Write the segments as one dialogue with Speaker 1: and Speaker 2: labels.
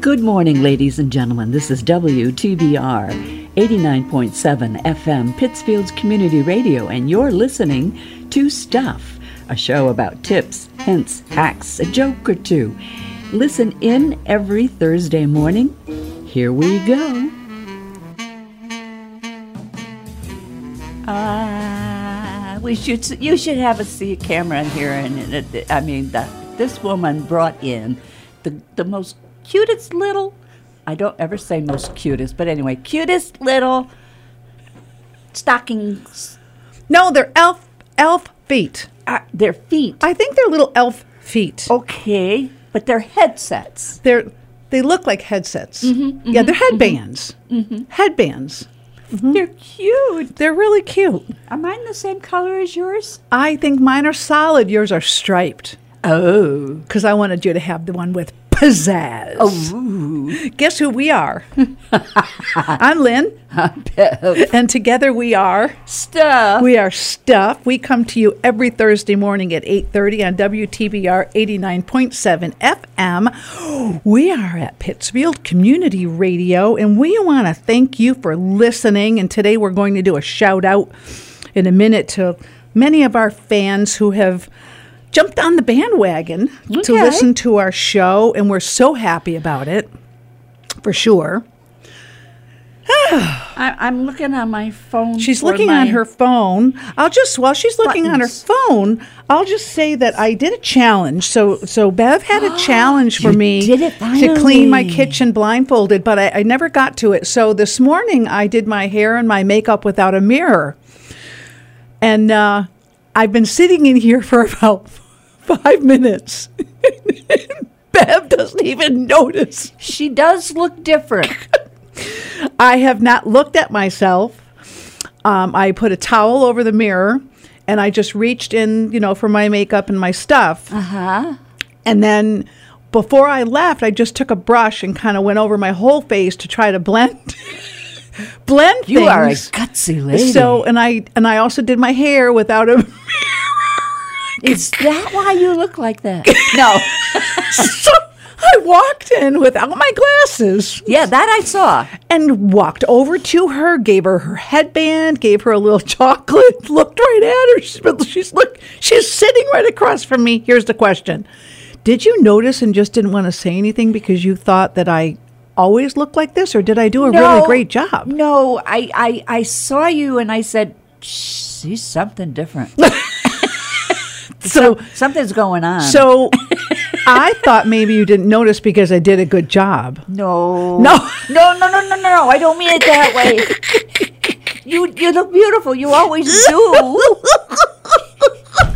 Speaker 1: Good morning, ladies and gentlemen. This is WTBR 89.7 FM, Pittsfield's Community Radio, and you're listening to Stuff, a show about tips, hints, hacks, a joke or two. Listen in every Thursday morning. Here we go.
Speaker 2: Ah, we should. You should have a see a camera in here, and it- it- I mean, the, this woman brought in the the most cutest little. I don't ever say most cutest, but anyway, cutest little stockings.
Speaker 3: No, they're elf elf feet.
Speaker 2: Uh, their feet.
Speaker 3: I think they're little elf feet.
Speaker 2: Oh. Okay, but they're headsets.
Speaker 3: They're they look like headsets. yeah, they're headbands. Headbands. Mm-hmm.
Speaker 2: They're cute.
Speaker 3: They're really cute.
Speaker 2: Are mine the same color as yours?
Speaker 3: I think mine are solid. Yours are striped.
Speaker 2: Oh,
Speaker 3: Because I wanted you to have the one with pizzazz. Oh. Guess who we are? I'm Lynn. and together we are.
Speaker 2: stuff.
Speaker 3: We are Stuff. We come to you every Thursday morning at 8:30 on WTBR 89.7 FM. We are at Pittsfield Community Radio and we want to thank you for listening and today we're going to do a shout out in a minute to many of our fans who have jumped on the bandwagon to
Speaker 2: Okay.
Speaker 3: listen to our show and we're so happy about it. For sure.
Speaker 2: I, I'm looking on my phone.
Speaker 3: She's
Speaker 2: for
Speaker 3: looking
Speaker 2: my-
Speaker 3: on her phone. I'll just while she's looking on her
Speaker 2: Buttons.
Speaker 3: phone, I'll just say that I did a challenge. So so Bev had a challenge for me
Speaker 2: did it
Speaker 3: to clean my
Speaker 2: finally.
Speaker 3: kitchen blindfolded, but I, I never got to it. So this morning I did my hair and my makeup without a mirror, and uh, I've been sitting in here for about five minutes. Bev doesn't even notice.
Speaker 2: She does look different.
Speaker 3: I have not looked at myself. Um, I put a towel over the mirror and I just reached in, you know, for my makeup and my stuff.
Speaker 2: Ah.
Speaker 3: Uh huh. And then before I left, I just took a brush and kind of went over my whole face to try to blend. blend
Speaker 2: You are a
Speaker 3: things.
Speaker 2: gutsy lady.
Speaker 3: So and I and I also did my hair without a
Speaker 2: Is that why you look like that? No.
Speaker 3: so I walked in without my glasses.
Speaker 2: Yeah, that I saw.
Speaker 3: and walked over to her, gave her her headband, gave her a little chocolate, looked right at her. She's, but she's look, she's sitting right across from me. Here's the question: Did you notice and just didn't want to say anything because you thought that I always look like this, or did I do a really great job?
Speaker 2: No, I, I, I saw you and I said, "Shh, she's something different.
Speaker 3: So,
Speaker 2: Something's going on.
Speaker 3: so I thought maybe you didn't notice because I did a good job.
Speaker 2: no.
Speaker 3: No.
Speaker 2: No, no, no, no, no, no. I don't mean it that way. You, you look beautiful. You always do.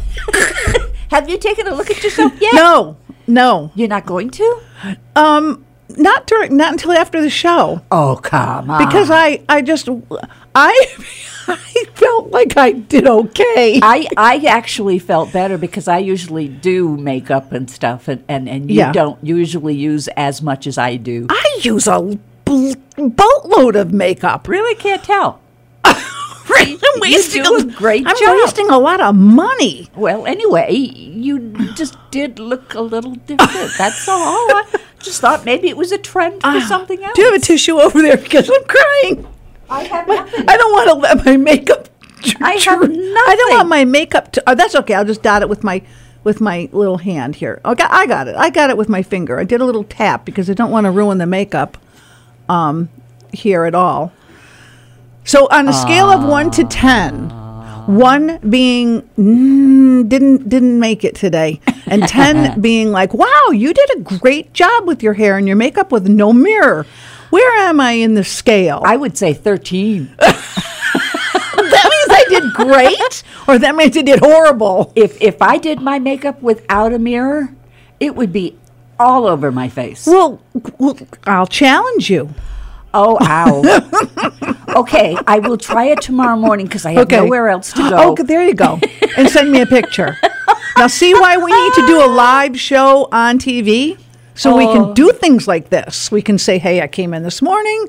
Speaker 2: Have you taken a look at yourself yet?
Speaker 3: No, no,
Speaker 2: You're not going to?
Speaker 3: um, not during, not until after the show.
Speaker 2: Oh, come on.
Speaker 3: because I, I just, I, I felt like I did okay.
Speaker 2: I, I actually felt better because I usually do makeup and stuff, and, and, and you
Speaker 3: Yeah.
Speaker 2: don't usually use as much as I do. I
Speaker 3: I use a bl- boatload of makeup.
Speaker 2: really can't tell.
Speaker 3: Really, I'm wasting
Speaker 2: do a great
Speaker 3: I'm
Speaker 2: job.
Speaker 3: wasting a lot of money.
Speaker 2: Well, anyway, you just did look a little different. That's all. I just thought maybe it was a trend for
Speaker 3: Ah.
Speaker 2: something else.
Speaker 3: Do you have a tissue over there? Because I'm crying.
Speaker 2: I have nothing.
Speaker 3: I don't want to let my makeup.
Speaker 2: I have
Speaker 3: I don't
Speaker 2: nothing.
Speaker 3: want my makeup to. Oh, that's okay. I'll just dot it with my with my little hand here. Okay, I got it. I got it with my finger. I did a little tap because I don't want to ruin the makeup um, here at all. So on a scale of one to ten,
Speaker 2: Ah.
Speaker 3: one being mm, didn't didn't make it today, and ten being like, wow, you did a great job with your hair and your makeup with no mirror. Where am I in the scale?
Speaker 2: I would say 13.
Speaker 3: that means I did great, or that means I did horrible.
Speaker 2: if, if I did my makeup without a mirror, it would be all over my face.
Speaker 3: Well, g- well, I'll challenge you.
Speaker 2: Oh, ow. okay, I will try it tomorrow morning because I have
Speaker 3: Okay.
Speaker 2: nowhere else to
Speaker 3: Oh,
Speaker 2: go.
Speaker 3: okay, there you go. and send me a picture. Now, see why we need to do a live show on TV? So we can do things like this. We can say, hey, I came in this morning,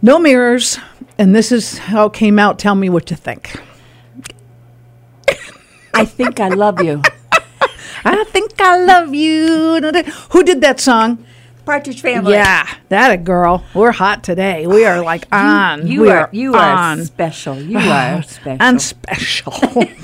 Speaker 3: no mirrors, and this is how it came out. Tell me what you think.
Speaker 2: I think I love you.
Speaker 3: I think I love you. Who did that song?
Speaker 2: Partridge family.
Speaker 3: Yeah, that a girl. We're hot today. We are like on.
Speaker 2: You
Speaker 3: we
Speaker 2: are, you are
Speaker 3: on.
Speaker 2: special. You are special.
Speaker 3: And special.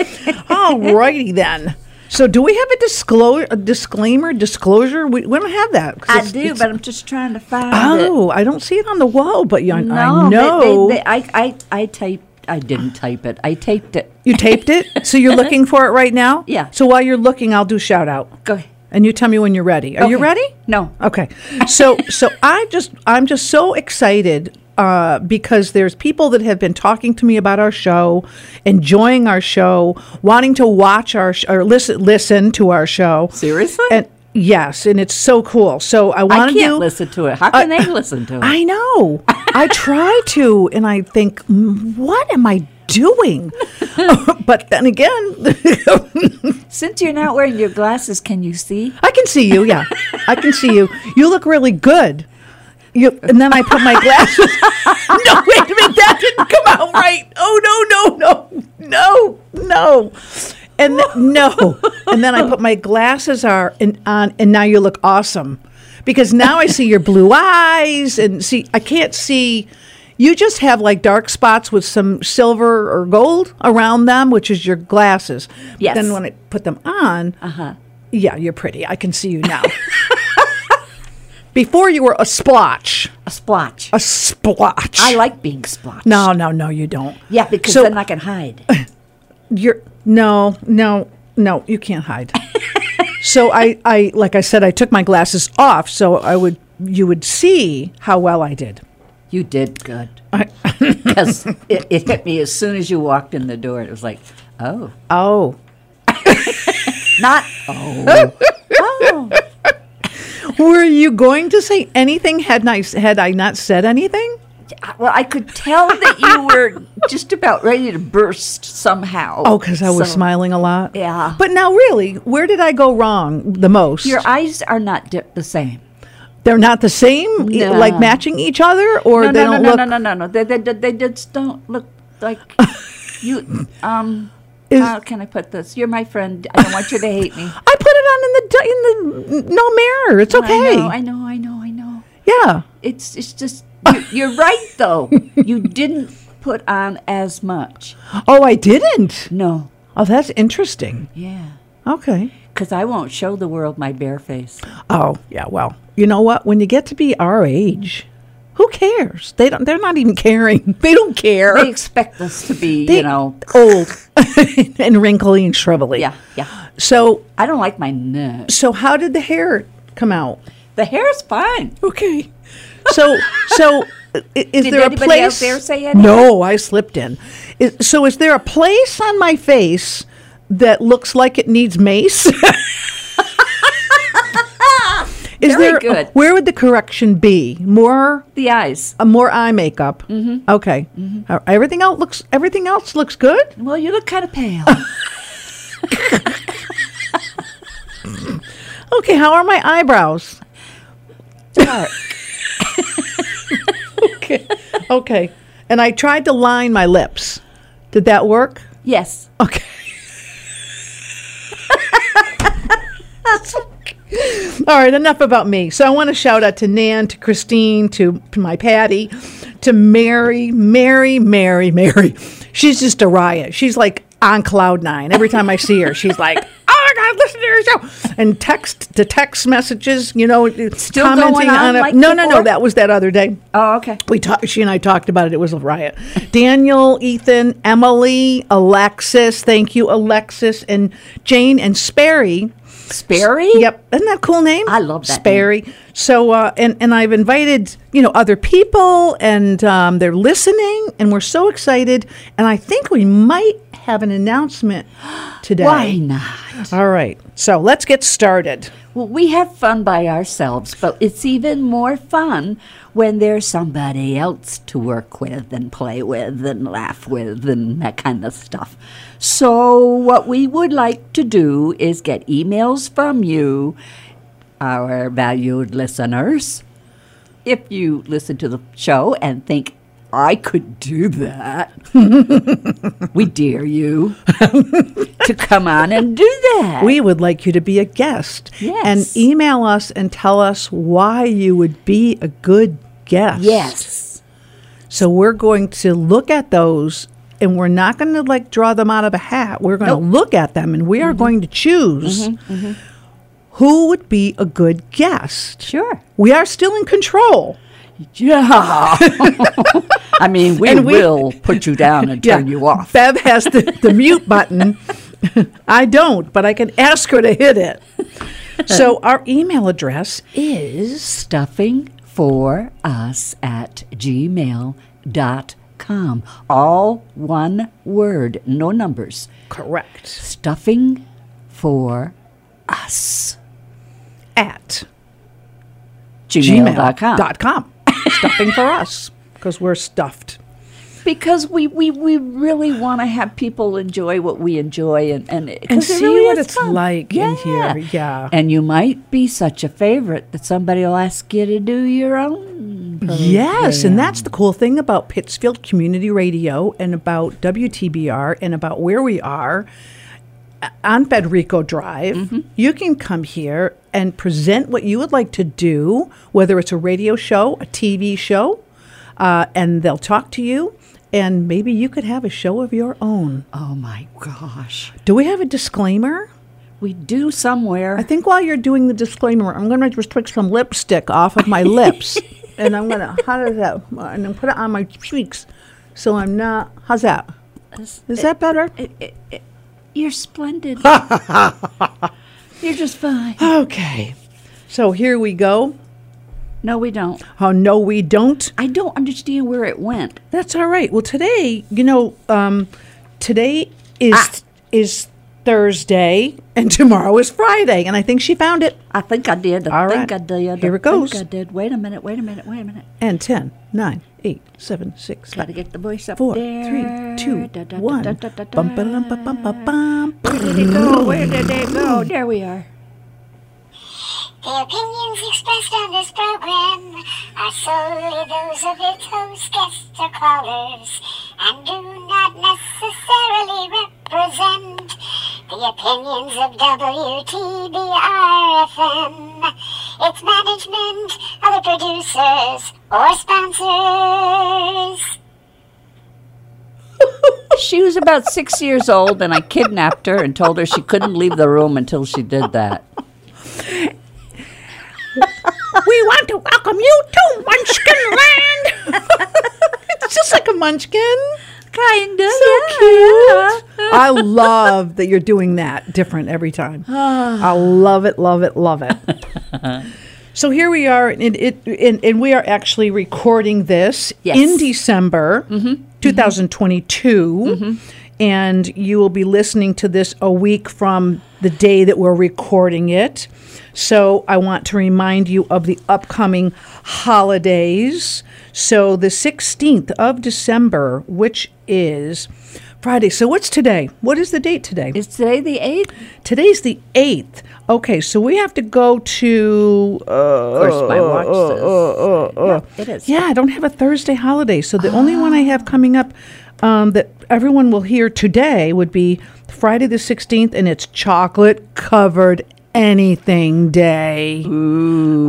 Speaker 3: All righty then. So, do we have a disclosure, a disclaimer, disclosure? We, we don't have that. 'cause
Speaker 2: I
Speaker 3: it's-
Speaker 2: do,
Speaker 3: it's-
Speaker 2: but I'm just trying to find it.
Speaker 3: oh, I don't see it on the wall, but you, I
Speaker 2: No, they-
Speaker 3: know
Speaker 2: They, they, I, I, I typed. I didn't type it. I taped it.
Speaker 3: you taped it. So you're looking for it right now.
Speaker 2: Yeah.
Speaker 3: So while you're looking, I'll do shout out,
Speaker 2: Go ahead.
Speaker 3: and you tell me when you're ready. Are you
Speaker 2: Okay.
Speaker 3: ready?
Speaker 2: No.
Speaker 3: Okay. So so I just I'm just so excited uh, because there's people that have been talking to me about our show, enjoying our show, wanting to watch our sh- or listen listen to our show.
Speaker 2: Seriously?
Speaker 3: And yes, and it's so cool. So I
Speaker 2: I
Speaker 3: want
Speaker 2: can't
Speaker 3: to do
Speaker 2: listen to it. How can
Speaker 3: I-
Speaker 2: they listen to it?
Speaker 3: I know. I try to, and I think, "Mm, what am I doing? but then again,
Speaker 2: Since you're not wearing your glasses, can you see?
Speaker 3: I can see you. Yeah, I can see you. You look really good. You, and then I put my glasses. no, wait a minute, that didn't come out right. Oh no, no, no, no, no. And th- no, and then I put my glasses are in, on, and now you look awesome because now I see your blue eyes and see I can't see. You just have like dark spots with some silver or gold around them, which is your glasses. But
Speaker 2: Yes.
Speaker 3: Then when I put them on, yeah, you're pretty. I can see you now. Before you were a splotch.
Speaker 2: A splotch.
Speaker 3: A splotch.
Speaker 2: I like being splotched.
Speaker 3: No, no, no, you don't.
Speaker 2: Yeah, because
Speaker 3: So-
Speaker 2: then I can hide.
Speaker 3: You're no, no, no, you can't hide. so I, I like I said, I took my glasses off so I would you would see how well I did.
Speaker 2: You did good. Because it, it hit me as soon as you walked in the door. It was like, oh,
Speaker 3: Oh.
Speaker 2: not, oh. oh.
Speaker 3: Were you going to say anything had I had I not said anything?
Speaker 2: Well, I could tell that you were just about ready to burst somehow.
Speaker 3: Oh, because I was
Speaker 2: So,
Speaker 3: smiling a lot.
Speaker 2: Yeah.
Speaker 3: But now, really, where did I go wrong the most?
Speaker 2: Your eyes are not dipped the same.
Speaker 3: They're not the same, e-
Speaker 2: No.
Speaker 3: like matching each other, or
Speaker 2: no,
Speaker 3: they
Speaker 2: no,
Speaker 3: don't
Speaker 2: no,
Speaker 3: look.
Speaker 2: no, no, no, no, They, they, they just don't look like you. Um,
Speaker 3: Is-
Speaker 2: how can I put this? You're my friend. I don't want you to hate me.
Speaker 3: I put it on in the d- in the no mirror. It's okay.
Speaker 2: I know, I know, I know, I know.
Speaker 3: yeah,
Speaker 2: It's it's just you, you're right though. You didn't put on as much.
Speaker 3: Oh, I didn't.
Speaker 2: No.
Speaker 3: Oh, that's interesting.
Speaker 2: Yeah.
Speaker 3: Okay.
Speaker 2: Because I won't show the world my bare face.
Speaker 3: Oh, yeah. Well, you know what? When you get to be our age, who cares? They don't. They're not even caring. They don't care.
Speaker 2: They expect us to be,
Speaker 3: They-
Speaker 2: you know.
Speaker 3: old and wrinkly and shrivelly.
Speaker 2: Yeah, yeah.
Speaker 3: So,
Speaker 2: I don't like my neck.
Speaker 3: so how did the hair come out?
Speaker 2: The hair's fine.
Speaker 3: Okay. So, so i- is
Speaker 2: Did
Speaker 3: there a
Speaker 2: anybody
Speaker 3: place?
Speaker 2: out there say anything?
Speaker 3: no, I slipped in. Is, so, is there a place on my face that looks like it needs mace? is
Speaker 2: Very
Speaker 3: there?
Speaker 2: good.
Speaker 3: Where would the correction be? More,
Speaker 2: The eyes.
Speaker 3: uh, more eye makeup. Mm-hmm. Okay. Uh, Everything else looks. Everything else looks good.
Speaker 2: Well, you look kind of pale.
Speaker 3: Okay. How are my eyebrows?
Speaker 2: Dark.
Speaker 3: Okay. okay. And I tried to line my lips. Did that work?
Speaker 2: yes.
Speaker 3: Okay. All right, enough about me. So I want to shout out to Nan, to Christine, to my Patty, to Mary, Mary, Mary, Mary. She's just a riot. She's like on cloud nine. Every time I see her, she's like, "Oh my God, listen to your show!" And text to text messages, you know,
Speaker 2: Still going
Speaker 3: commenting
Speaker 2: on
Speaker 3: on it.
Speaker 2: like
Speaker 3: no, no, no.
Speaker 2: before?
Speaker 3: That was that other day
Speaker 2: Oh, okay.
Speaker 3: we talked she and i talked about it it was a riot daniel ethan emily alexis thank you alexis and jane and sperry
Speaker 2: Sperry?
Speaker 3: yep isn't that a cool name
Speaker 2: I love that
Speaker 3: sperry so uh, and and i've invited you know other people and um, they're listening and we're so excited and i think we might have an announcement today
Speaker 2: Why not?
Speaker 3: all right so let's get started
Speaker 2: Well, we have fun by ourselves, but it's even more fun when there's somebody else to work with and play with and laugh with and that kind of stuff. So, what we would like to do is get emails from you, our valued listeners. If you listen to the show and think, I could do that, we dare you to come on and do that.
Speaker 3: We would like you to be a guest.
Speaker 2: Yes.
Speaker 3: And email us and tell us why you would be a good guest.
Speaker 2: Yes.
Speaker 3: So we're going to look at those and we're not going to like draw them out of a hat. We're going to look at them and we
Speaker 2: Mm-hmm.
Speaker 3: are going to choose who would be a good guest.
Speaker 2: Sure.
Speaker 3: We are still in control.
Speaker 2: Yeah. I mean, we,
Speaker 3: And we-
Speaker 2: will put you down and turn you off.
Speaker 3: Bev has the, the mute button. I don't, but I can ask her to hit it. So our email address is
Speaker 2: Stuffing for us at gmail.com. All one word, no numbers.
Speaker 3: correct
Speaker 2: Stuffing for us.
Speaker 3: at
Speaker 2: Gmail.com.
Speaker 3: gmail.com. Stuffing for us because we're stuffed.
Speaker 2: Because we, we, we really want to have people enjoy what we enjoy and, and, 'cause it
Speaker 3: see
Speaker 2: really
Speaker 3: what
Speaker 2: is
Speaker 3: it's
Speaker 2: fun.
Speaker 3: like in here, yeah.
Speaker 2: And you might be such a favorite that somebody will ask you to do your own.
Speaker 3: Yes, and that's the cool thing about Pittsfield Community Radio and about WTBR and about where we are uh, on Federico Drive. You can come here and present what you would like to do, whether it's a radio show, a TV show, uh, and they'll talk to you. And maybe you could have a show of your own.
Speaker 2: Oh my gosh.
Speaker 3: Do we have a disclaimer?
Speaker 2: We do somewhere.
Speaker 3: I think while you're doing the disclaimer, I'm going to just take some lipstick off of my lips, and I'm going to how does that? And then put it on my cheeks, so I'm not. How's that? Is that better?
Speaker 2: You're splendid. You're just fine.
Speaker 3: Okay. So here we go.
Speaker 2: No, we don't.
Speaker 3: Oh no, we don't.
Speaker 2: I don't understand where it went.
Speaker 3: That's all right. Well, today, you know, um, today is is Thursday, and tomorrow is Friday, and I think she found it.
Speaker 2: I think I did. I
Speaker 3: All
Speaker 2: think I
Speaker 3: right.
Speaker 2: did.
Speaker 3: Here
Speaker 2: I
Speaker 3: it goes.
Speaker 2: Think I did. Wait a minute. Wait a minute. Wait a minute.
Speaker 3: And ten, nine, eight, seven, six,
Speaker 2: Got to get the voice up
Speaker 3: four,
Speaker 2: there.
Speaker 3: three, two,
Speaker 2: Da, da, da,
Speaker 3: one.
Speaker 2: da, da, da, da.
Speaker 3: Bum, ba-dum, ba, bum, ba, bum.
Speaker 2: Where did it go? Where did it go? There we are.
Speaker 4: The opinions expressed on this program are solely those of its host, guests, or callers, and do not necessarily represent the opinions of WTBR-FM, its management, other producers, or sponsors.
Speaker 2: She was about six years old, and I kidnapped her and told her she couldn't leave the room until she did that.
Speaker 3: We want to welcome you to Munchkin Land. it's just like a munchkin.
Speaker 2: Kinda.
Speaker 3: So cute. I love that you're doing that different every time. I love it, love it, love it. So here we are, and it, and, and we are actually recording this
Speaker 2: Yes.
Speaker 3: in December, 2022, and you will be listening to this a week from the day that we're recording it. So I want to remind you of the upcoming holidays. So the 16th of December, which is Friday. So what's today? What is the date today?
Speaker 2: Is today the eighth?
Speaker 3: Today's the 8th. Okay, so we have to go to.
Speaker 2: Of course,
Speaker 3: Oh,
Speaker 2: my watch says. yeah, it is.
Speaker 3: Yeah, I don't have a Thursday holiday. So the only one I
Speaker 2: Ah.
Speaker 3: have coming up um, that everyone will hear today would be Friday the 16th, and it's chocolate covered anything day.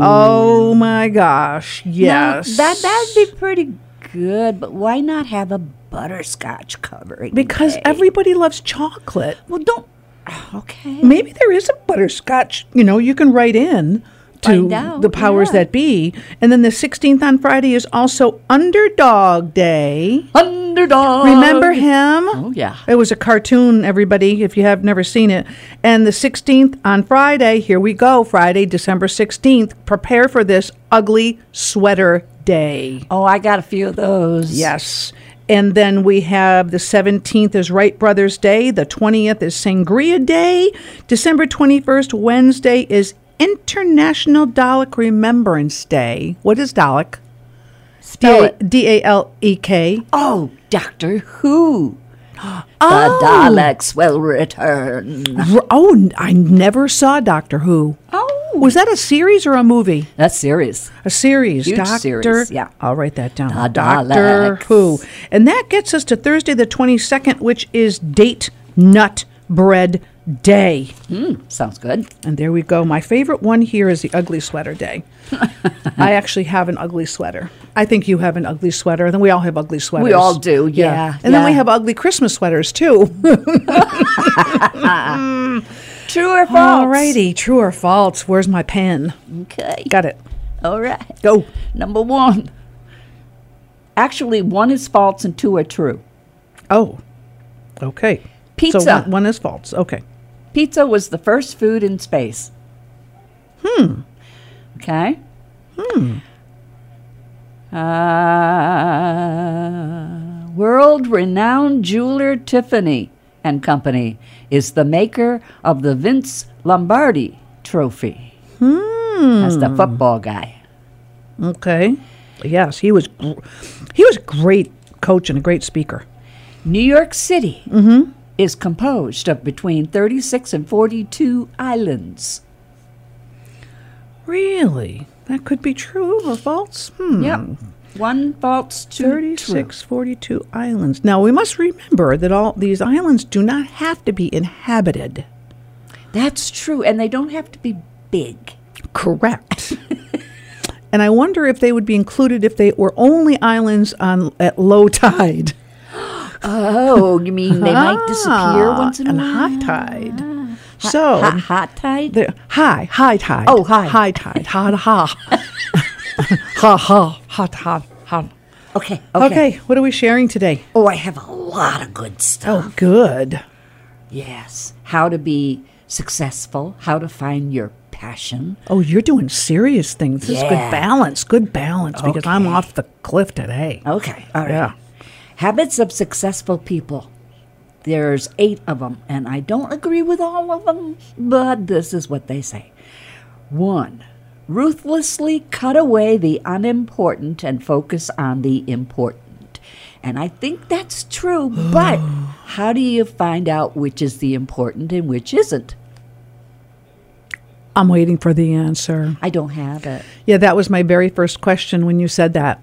Speaker 3: Oh my gosh.
Speaker 2: Now,
Speaker 3: Yes.
Speaker 2: that that'd be pretty good, but why not have a butterscotch covering?
Speaker 3: because
Speaker 2: day?
Speaker 3: everybody loves chocolate.
Speaker 2: well, don't. Okay.
Speaker 3: Maybe there is a butterscotch. You know, you can write in to
Speaker 2: Find out,
Speaker 3: the powers
Speaker 2: yeah.
Speaker 3: that be. And then the 16th on Friday is also Underdog Day.
Speaker 2: Underdog.
Speaker 3: Remember him?
Speaker 2: Oh, yeah.
Speaker 3: It was a cartoon, everybody, if you have never seen it. And the 16th on Friday, here we go, Friday, December 16th. Prepare for this ugly sweater day.
Speaker 2: Oh, I got a few of those.
Speaker 3: Yes. And then we have the 17th is Wright Brothers Day. The 20th is Sangria Day. December 21st, Wednesday, is International Dalek Remembrance Day. What is Dalek?
Speaker 2: Spell it.
Speaker 3: D A L E K.
Speaker 2: Oh, Doctor Who.
Speaker 3: Oh.
Speaker 2: The Daleks will return.
Speaker 3: R- Oh, n- I never saw Doctor Who.
Speaker 2: Oh.
Speaker 3: Was that a series or a movie?
Speaker 2: That's serious.
Speaker 3: A series,
Speaker 2: Huge
Speaker 3: Doctor.
Speaker 2: series, yeah.
Speaker 3: I'll write that down.
Speaker 2: The
Speaker 3: Doctor
Speaker 2: Daleks.
Speaker 3: Who, and that gets us to Thursday the twenty second, which is Date Nut Bread Day.
Speaker 2: Mm, Sounds good.
Speaker 3: And there we go. My favorite one here is the ugly sweater day. I actually have an ugly sweater. I think you have an ugly sweater. And then we all have ugly sweaters.
Speaker 2: all do, yeah,
Speaker 3: And then we
Speaker 2: yeah.
Speaker 3: have ugly Christmas sweaters too.
Speaker 2: True or false?
Speaker 3: Alrighty, true or false? Where's my pen?
Speaker 2: Okay.
Speaker 3: Got it.
Speaker 2: All right.
Speaker 3: Go.
Speaker 2: Number one. Actually, one is false and two are true.
Speaker 3: Oh, okay.
Speaker 2: Pizza.
Speaker 3: So one, one is false. Okay.
Speaker 2: Pizza was the first food in space. Hmm. Okay. Hmm. Uh, World renowned jeweler Tiffany and Company is the maker of the Vince Lombardi trophy. Hmm. That's the football guy.
Speaker 3: Okay. Yes, he was. Gr- he was a great coach and a great speaker.
Speaker 2: New York City is composed of between 36 and 42 islands.
Speaker 3: Really, that could be true or false. Hmm.
Speaker 2: Yep. One false, two true.
Speaker 3: 36, 42 islands. Now, we must remember that all these islands do not have to be inhabited.
Speaker 2: That's true, and they don't have to be big.
Speaker 3: Correct. and I wonder if they would be included if they were only islands on at low tide.
Speaker 2: Oh, you mean they might disappear once in a
Speaker 3: Ah, and
Speaker 2: while?
Speaker 3: high tide. so,
Speaker 2: Hot, hot tide?
Speaker 3: the high, high tide.
Speaker 2: Oh, high.
Speaker 3: High tide. Ha, ha. ha, ha. Hot, hot, hot.
Speaker 2: okay, okay,
Speaker 3: Okay, what are we sharing today?
Speaker 2: Oh, I have a lot of good stuff.
Speaker 3: Oh, good. Oh.
Speaker 2: Yes. How to be successful, how to find your passion.
Speaker 3: Oh, you're doing serious things. This is
Speaker 2: Yeah.
Speaker 3: good balance. Good balance because I'm off the cliff today.
Speaker 2: Okay, all right.
Speaker 3: Yeah.
Speaker 2: Habits of successful people. There's eight of them, and I don't agree with all of them, but this is what they say. One, ruthlessly cut away the unimportant and focus on the important. And I think that's true, but how do you find out which is the important and which isn't?
Speaker 3: I'm waiting for the answer.
Speaker 2: I don't have it.
Speaker 3: Yeah, that was my very first question when you said that.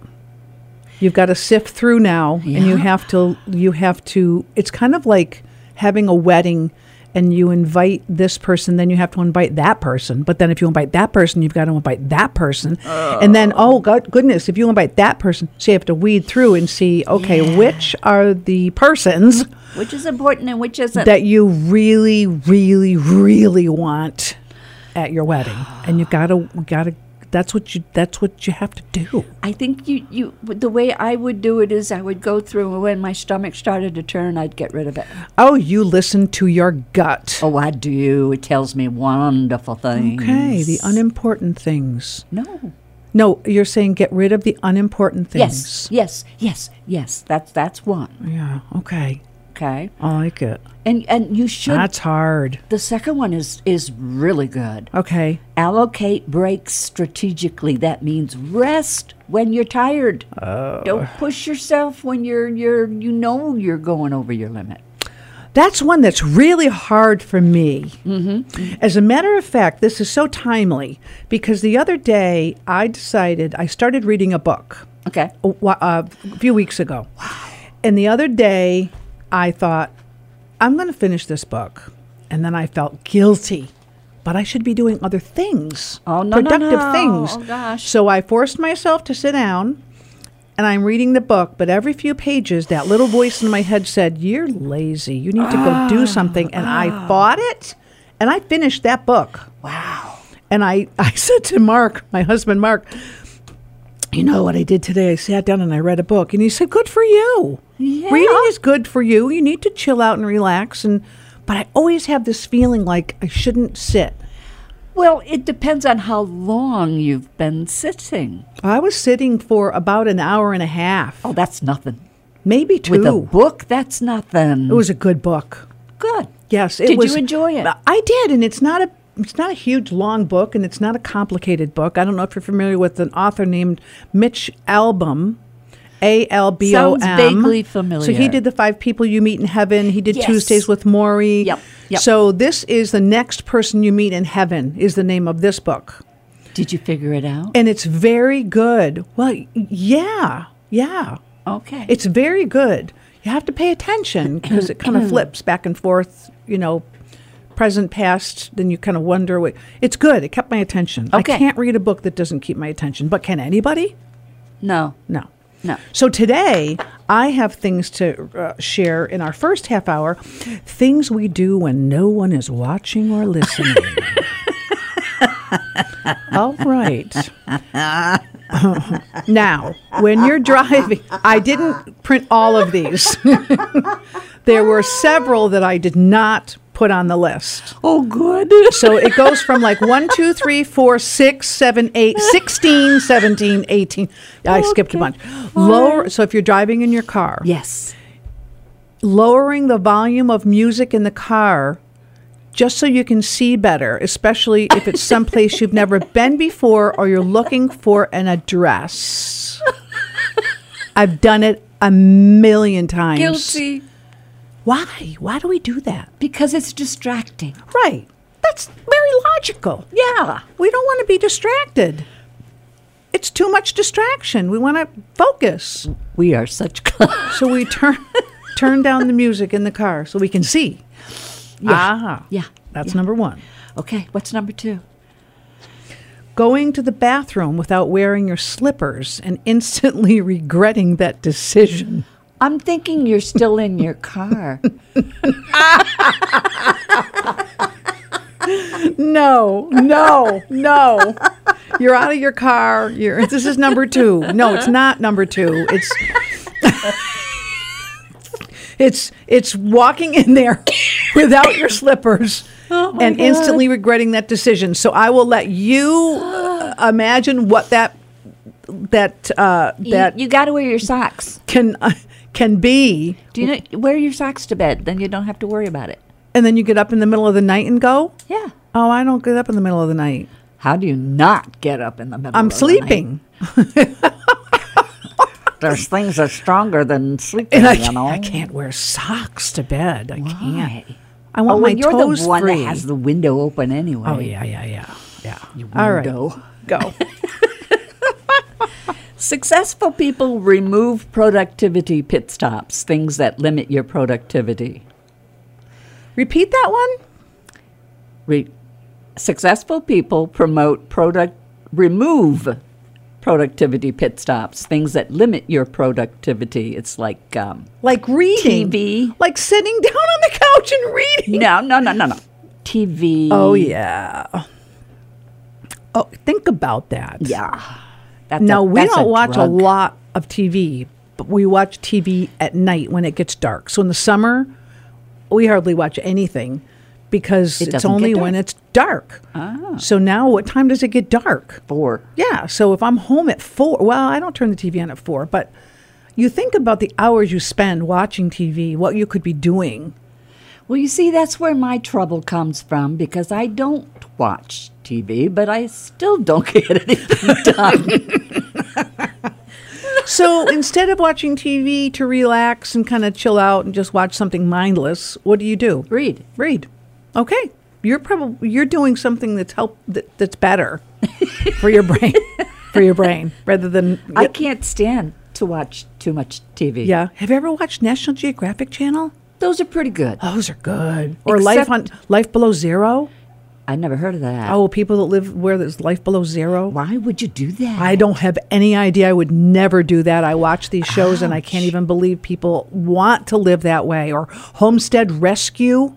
Speaker 3: You've got to sift through now and
Speaker 2: Yeah.
Speaker 3: you have to you have to it's kind of like having a wedding and you invite this person then you have to invite that person but then if you invite that person you've got to invite that person and then oh god goodness if you invite that person so you have to weed through and see okay which are the persons
Speaker 2: Which is important and which isn't.
Speaker 3: that you really, really, really want at your wedding, and you gotta, gotta. That's what you. That's what you have to do.
Speaker 2: I think you, you the way I would do it is I would go through and when my stomach started to turn, I'd get rid of it.
Speaker 3: Oh, you listen to your gut.
Speaker 2: Oh, I do. It tells me wonderful things.
Speaker 3: Okay, the unimportant things.
Speaker 2: No.
Speaker 3: No, you're saying get rid of the unimportant things.
Speaker 2: Yes. Yes. Yes. Yes. That's that's one.
Speaker 3: Yeah. Okay.
Speaker 2: Okay.
Speaker 3: I like it.
Speaker 2: And and you should.
Speaker 3: That's hard.
Speaker 2: the second one is is really good.
Speaker 3: Okay.
Speaker 2: Allocate breaks strategically. That means rest when you're tired.
Speaker 3: Oh.
Speaker 2: Don't push yourself when you're you're you know you're going over your limit.
Speaker 3: That's one that's really hard for me. Mm-hmm. As a matter of fact, this is so timely because the other day I decided I started reading a book.
Speaker 2: Okay.
Speaker 3: a, wh- uh, a few weeks ago. And the other day, I thought, I'm going to finish this book. And then I felt guilty, but I should be doing other things,
Speaker 2: Oh, no, no,
Speaker 3: productive
Speaker 2: no.
Speaker 3: things.
Speaker 2: Oh, gosh.
Speaker 3: So I forced myself to sit down and I'm reading the book, but every few pages, that little voice in my head said, You're lazy. You need to go
Speaker 2: Ah.
Speaker 3: do something. And I fought it and I finished that book.
Speaker 2: Wow.
Speaker 3: And I, I said to Mark, my husband Mark, you know what I did today? I sat down and I read a book. And he said, Good for you.
Speaker 2: Yeah.
Speaker 3: Reading is good for you. You need to chill out and relax. And but I always have this feeling like I shouldn't sit.
Speaker 2: Well, it depends on how long you've been sitting.
Speaker 3: I was sitting for about an hour and a half.
Speaker 2: Oh, that's nothing.
Speaker 3: Maybe two.
Speaker 2: With a book, that's nothing.
Speaker 3: it was a good book.
Speaker 2: good.
Speaker 3: Yes, it
Speaker 2: Did
Speaker 3: was.
Speaker 2: you enjoy it?
Speaker 3: I did, and it's not a it's not a huge long book and it's not a complicated book. I don't know if you're familiar with an author named Mitch Albom. A L B O M.
Speaker 2: Sounds vaguely
Speaker 3: So he
Speaker 2: familiar.
Speaker 3: did the five people you meet in heaven. He did
Speaker 2: Yes.
Speaker 3: Tuesdays with Maury.
Speaker 2: Yep, yep.
Speaker 3: So this is the next person you meet in heaven is the name of this book,
Speaker 2: Did you figure it out?
Speaker 3: and it's very good. Well, y- yeah, yeah.
Speaker 2: Okay.
Speaker 3: It's very good. You have to pay attention because it kind of flips back and forth, you know, present, past, then you kind of wonder what. It's good. It kept my attention. I
Speaker 2: Okay.
Speaker 3: can't read a book that doesn't keep my attention, but can anybody?
Speaker 2: no.
Speaker 3: No.
Speaker 2: No.
Speaker 3: So today, I have things to uh, share in our first half hour things we do when no one is watching or listening. All right. now, when you're driving, I didn't print all of these. there were several that I did not put on the list.
Speaker 2: Oh, good.
Speaker 3: So it goes from like 1, 2, 3, 4, 6, 7, 8, 16, 17, 18. I skipped a bunch. Lower, so if you're driving in your car,
Speaker 2: Yes.
Speaker 3: lowering the volume of music in the car just so you can see better, especially if it's someplace you've never been before or you're looking for an address. I've done it a million times.
Speaker 2: Guilty.
Speaker 3: Why? Why do we do that?
Speaker 2: Because it's distracting.
Speaker 3: Right. That's very logical.
Speaker 2: Yeah.
Speaker 3: We don't want to be distracted. It's too much distraction. We want to focus.
Speaker 2: We are such close.
Speaker 3: So we turn turn down the music in the car so we can see. Ah.
Speaker 2: Yeah.
Speaker 3: That's
Speaker 2: Yeah.
Speaker 3: number 1.
Speaker 2: Okay. What's number two?
Speaker 3: Going to the bathroom without wearing your slippers and instantly regretting that decision.
Speaker 2: I'm thinking you're still in your car.
Speaker 3: No, no, no. You're out of your car. You're this is number 2. No, it's not number 2. It's It's it's walking in there without your slippers
Speaker 2: Oh
Speaker 3: and instantly regretting that decision. So I will let you uh, imagine what that that uh,
Speaker 2: You-
Speaker 3: that
Speaker 2: you got to wear your socks.
Speaker 3: can uh, can be,
Speaker 2: Do you know? Wear your socks to bed, then you don't have to worry about it.
Speaker 3: and then you get up in the middle of the night and go.
Speaker 2: Yeah.
Speaker 3: Oh, I don't get up in the middle of the night.
Speaker 2: How do you not get up in the middle?
Speaker 3: I'm
Speaker 2: of the
Speaker 3: sleeping,
Speaker 5: But There's things that's stronger than sleeping,
Speaker 3: and I,
Speaker 5: you know.
Speaker 3: I can't wear socks to bed. I
Speaker 2: Why?
Speaker 3: can't. I want
Speaker 5: Oh,
Speaker 3: my
Speaker 5: well, you're
Speaker 3: toes
Speaker 5: the one
Speaker 3: free.
Speaker 5: that has the window open anyway.
Speaker 3: oh yeah, yeah, yeah, yeah. All
Speaker 5: All
Speaker 3: right,
Speaker 5: right.
Speaker 3: go.
Speaker 2: Successful people remove productivity pit stops, things that limit your productivity.
Speaker 3: Repeat that one.
Speaker 2: Re- successful people promote product remove productivity pit stops, things that limit your productivity. It's like um,
Speaker 3: Like reading.
Speaker 2: TV.
Speaker 3: Like sitting down on the couch and reading.
Speaker 2: no, no, no, no, no. TV.
Speaker 3: Oh, yeah. Oh, think about that.
Speaker 2: yeah. That's
Speaker 3: Now, we
Speaker 2: that's
Speaker 3: don't watch
Speaker 2: drug.
Speaker 3: a lot of TV, but we watch TV at night when it gets dark. So in the summer, we hardly watch anything because
Speaker 2: It
Speaker 3: it's
Speaker 2: doesn't get
Speaker 3: only when
Speaker 2: dark. Ah.
Speaker 3: it's dark. So now, what time does it get dark?
Speaker 5: Four.
Speaker 3: Yeah. So if I'm home at four, well, I don't turn the TV on at four, but you think about the hours you spend watching TV, what you could be doing.
Speaker 2: Well, you see, that's where my trouble comes from because I don't watch TV, but I still don't get anything done.
Speaker 3: So instead of watching TV to relax and kind of chill out and just watch something mindless, what do you do?
Speaker 2: Read.
Speaker 3: Read. Okay. You're probably you're doing something that's help that, that's better for your brain, for your brain, rather than
Speaker 2: I can't stand to watch too much TV.
Speaker 3: yeah. Have you ever watched National Geographic Channel?
Speaker 2: Those are pretty good.
Speaker 3: Those are good. Or Life on Life Below Zero.
Speaker 2: I never heard of that.
Speaker 3: Oh, people that live where there's life below zero.
Speaker 2: Why would you do that?
Speaker 3: I don't have any idea. I would never do that. I watch these shows and I can't even believe people want to live that way or homestead rescue.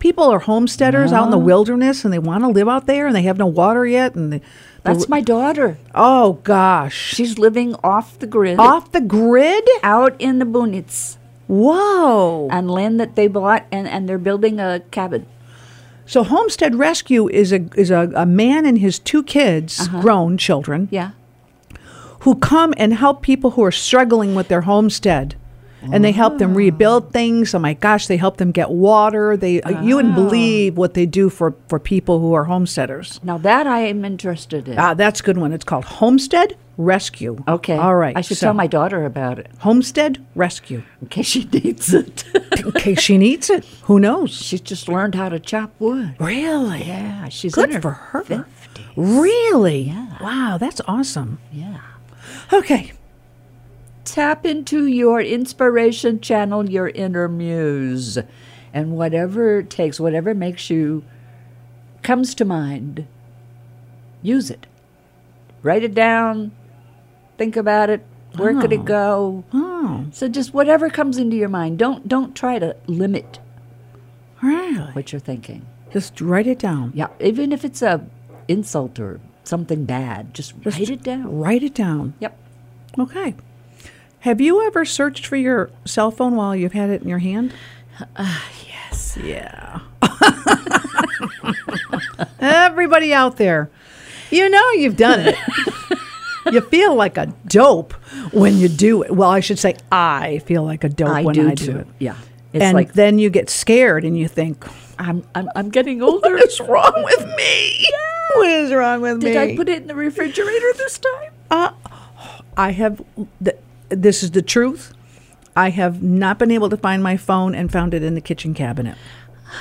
Speaker 3: People are homesteaders out in the wilderness and they want to live out there and they have no water yet and they,
Speaker 2: That's my daughter.
Speaker 3: oh gosh.
Speaker 2: She's living off the grid,
Speaker 3: Off the grid?
Speaker 2: out in the boonies
Speaker 3: Whoa.
Speaker 2: on land that they bought, and, and they're building a cabin.
Speaker 3: So homestead rescue is a is a, a man and his two kids, grown children,
Speaker 2: Yeah.
Speaker 3: who come and help people who are struggling with their homestead. and they help them rebuild things. Oh my gosh, they help them get water. They uh, you wouldn't believe what they do for for people who are homesteaders.
Speaker 2: Now that I am interested in.
Speaker 3: Ah, that's a good one. It's called Homestead Rescue.
Speaker 2: okay.
Speaker 3: all right.
Speaker 2: I should
Speaker 3: so,
Speaker 2: tell my daughter about it
Speaker 3: Homestead Rescue
Speaker 2: in case she needs it.
Speaker 3: in case she needs it. Who knows?
Speaker 2: She's just learned how to chop wood.
Speaker 3: Really?
Speaker 2: Yeah, she's
Speaker 3: Good
Speaker 2: in her
Speaker 3: for her.
Speaker 2: 50.
Speaker 3: Really? Wow, that's awesome.
Speaker 2: Yeah.
Speaker 3: Okay.
Speaker 2: Tap into your inspiration, channel your inner muse, and whatever it takes, whatever makes you comes to mind, use it. Write it down, think about it. Where could it go?
Speaker 3: Oh,
Speaker 2: So just whatever comes into your mind. Don't don't try to limit
Speaker 3: really?
Speaker 2: what you're thinking.
Speaker 3: Just write it down.
Speaker 2: Yeah, even if it's a insult or something bad, just write it down.
Speaker 3: Write it down.
Speaker 2: Yep.
Speaker 3: Okay. Have you ever searched for your cell phone while you've had it in your hand? Uh, yes. Yeah. Everybody out there, you know you've done it. you feel like a dope when you do it. Well, I should say, I feel like a dope
Speaker 2: I
Speaker 3: when
Speaker 2: do
Speaker 3: I do
Speaker 2: too.
Speaker 3: it.
Speaker 2: Yeah. It's
Speaker 3: and
Speaker 2: like-
Speaker 3: then you get scared and you think,
Speaker 2: I'm I'm, I'm getting older.
Speaker 3: what is wrong with me? What is wrong with me?
Speaker 2: Did I put it in the refrigerator this time?
Speaker 3: Uh, I have, th- this is the truth. I have not been able to find my phone and found it in the kitchen cabinet.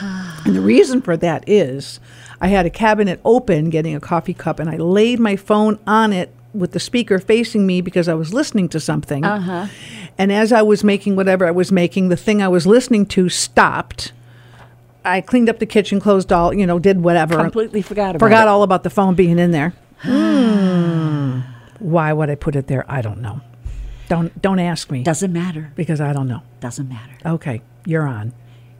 Speaker 3: and the reason for that is I had a cabinet open getting a coffee cup and I laid my phone on it with the speaker facing me because I was listening to something. Uh-huh. And as I was making whatever I was making, the thing I was listening to stopped. I cleaned up the kitchen, closed all, you know, did whatever.
Speaker 2: Completely forgot about
Speaker 3: Forgot
Speaker 2: it. Hmm.
Speaker 3: all about the phone being in there. Why would I put it there? I don't know. Don't don't ask me
Speaker 2: Doesn't matter.
Speaker 3: because I don't know.
Speaker 2: Doesn't matter.
Speaker 3: Okay, you're on.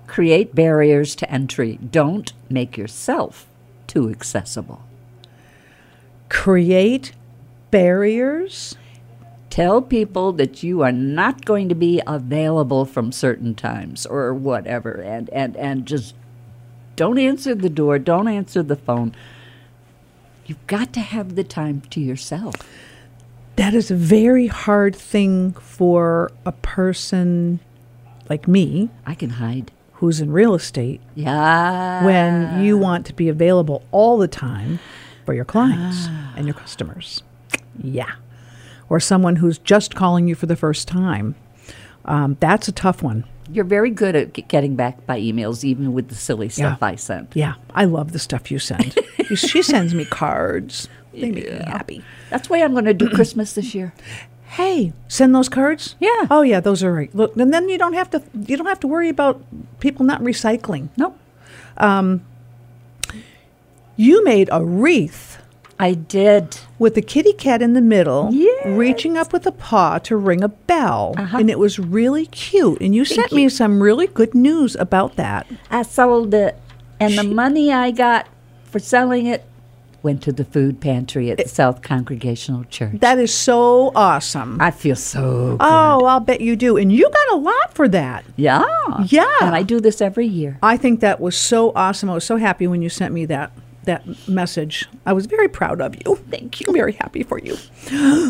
Speaker 2: Create barriers to entry. Don't make yourself too accessible.
Speaker 3: Create barriers.
Speaker 2: Tell people that you are not going to be available from certain times or whatever and and and just don't answer the door, don't answer the phone. You've got to have the time to yourself.
Speaker 3: That is a very hard thing for a person like me
Speaker 2: I can hide.
Speaker 3: who's in real estate
Speaker 2: Yeah.
Speaker 3: when you want to be available all the time for your clients and your customers. Yeah. Or someone who's just calling you for the first time. Um, that's a tough one.
Speaker 2: You're very good at g- getting back by emails, even with the silly stuff I sent.
Speaker 3: Yeah, I love the stuff you send. You- she sends me cards. They make me happy.
Speaker 2: That's why I'm going to do Christmas this year.
Speaker 3: Hey, send those cards.
Speaker 2: Yeah.
Speaker 3: Oh yeah, those are right. Look, and then you don't have to. You don't have to worry about people not recycling.
Speaker 2: Nope.
Speaker 3: You made a wreath
Speaker 2: I did.
Speaker 3: with a kitty cat in the middle,
Speaker 2: Yes. Uh-huh.
Speaker 3: reaching up with a paw to ring a bell, and it was really cute. And you sent me some really good news about that.
Speaker 2: I sold it, and the money I got for selling it went to the food pantry at South Congregational Church. Uh,
Speaker 3: That is so awesome.
Speaker 2: I feel so.
Speaker 3: oh, I'll bet you do. And you got a lot for that.
Speaker 2: yeah.
Speaker 3: Yeah.
Speaker 2: And I do this every year.
Speaker 3: I think that was so awesome. I was so happy when you sent me that that message. I was very proud of you. Thank you. Very happy for you.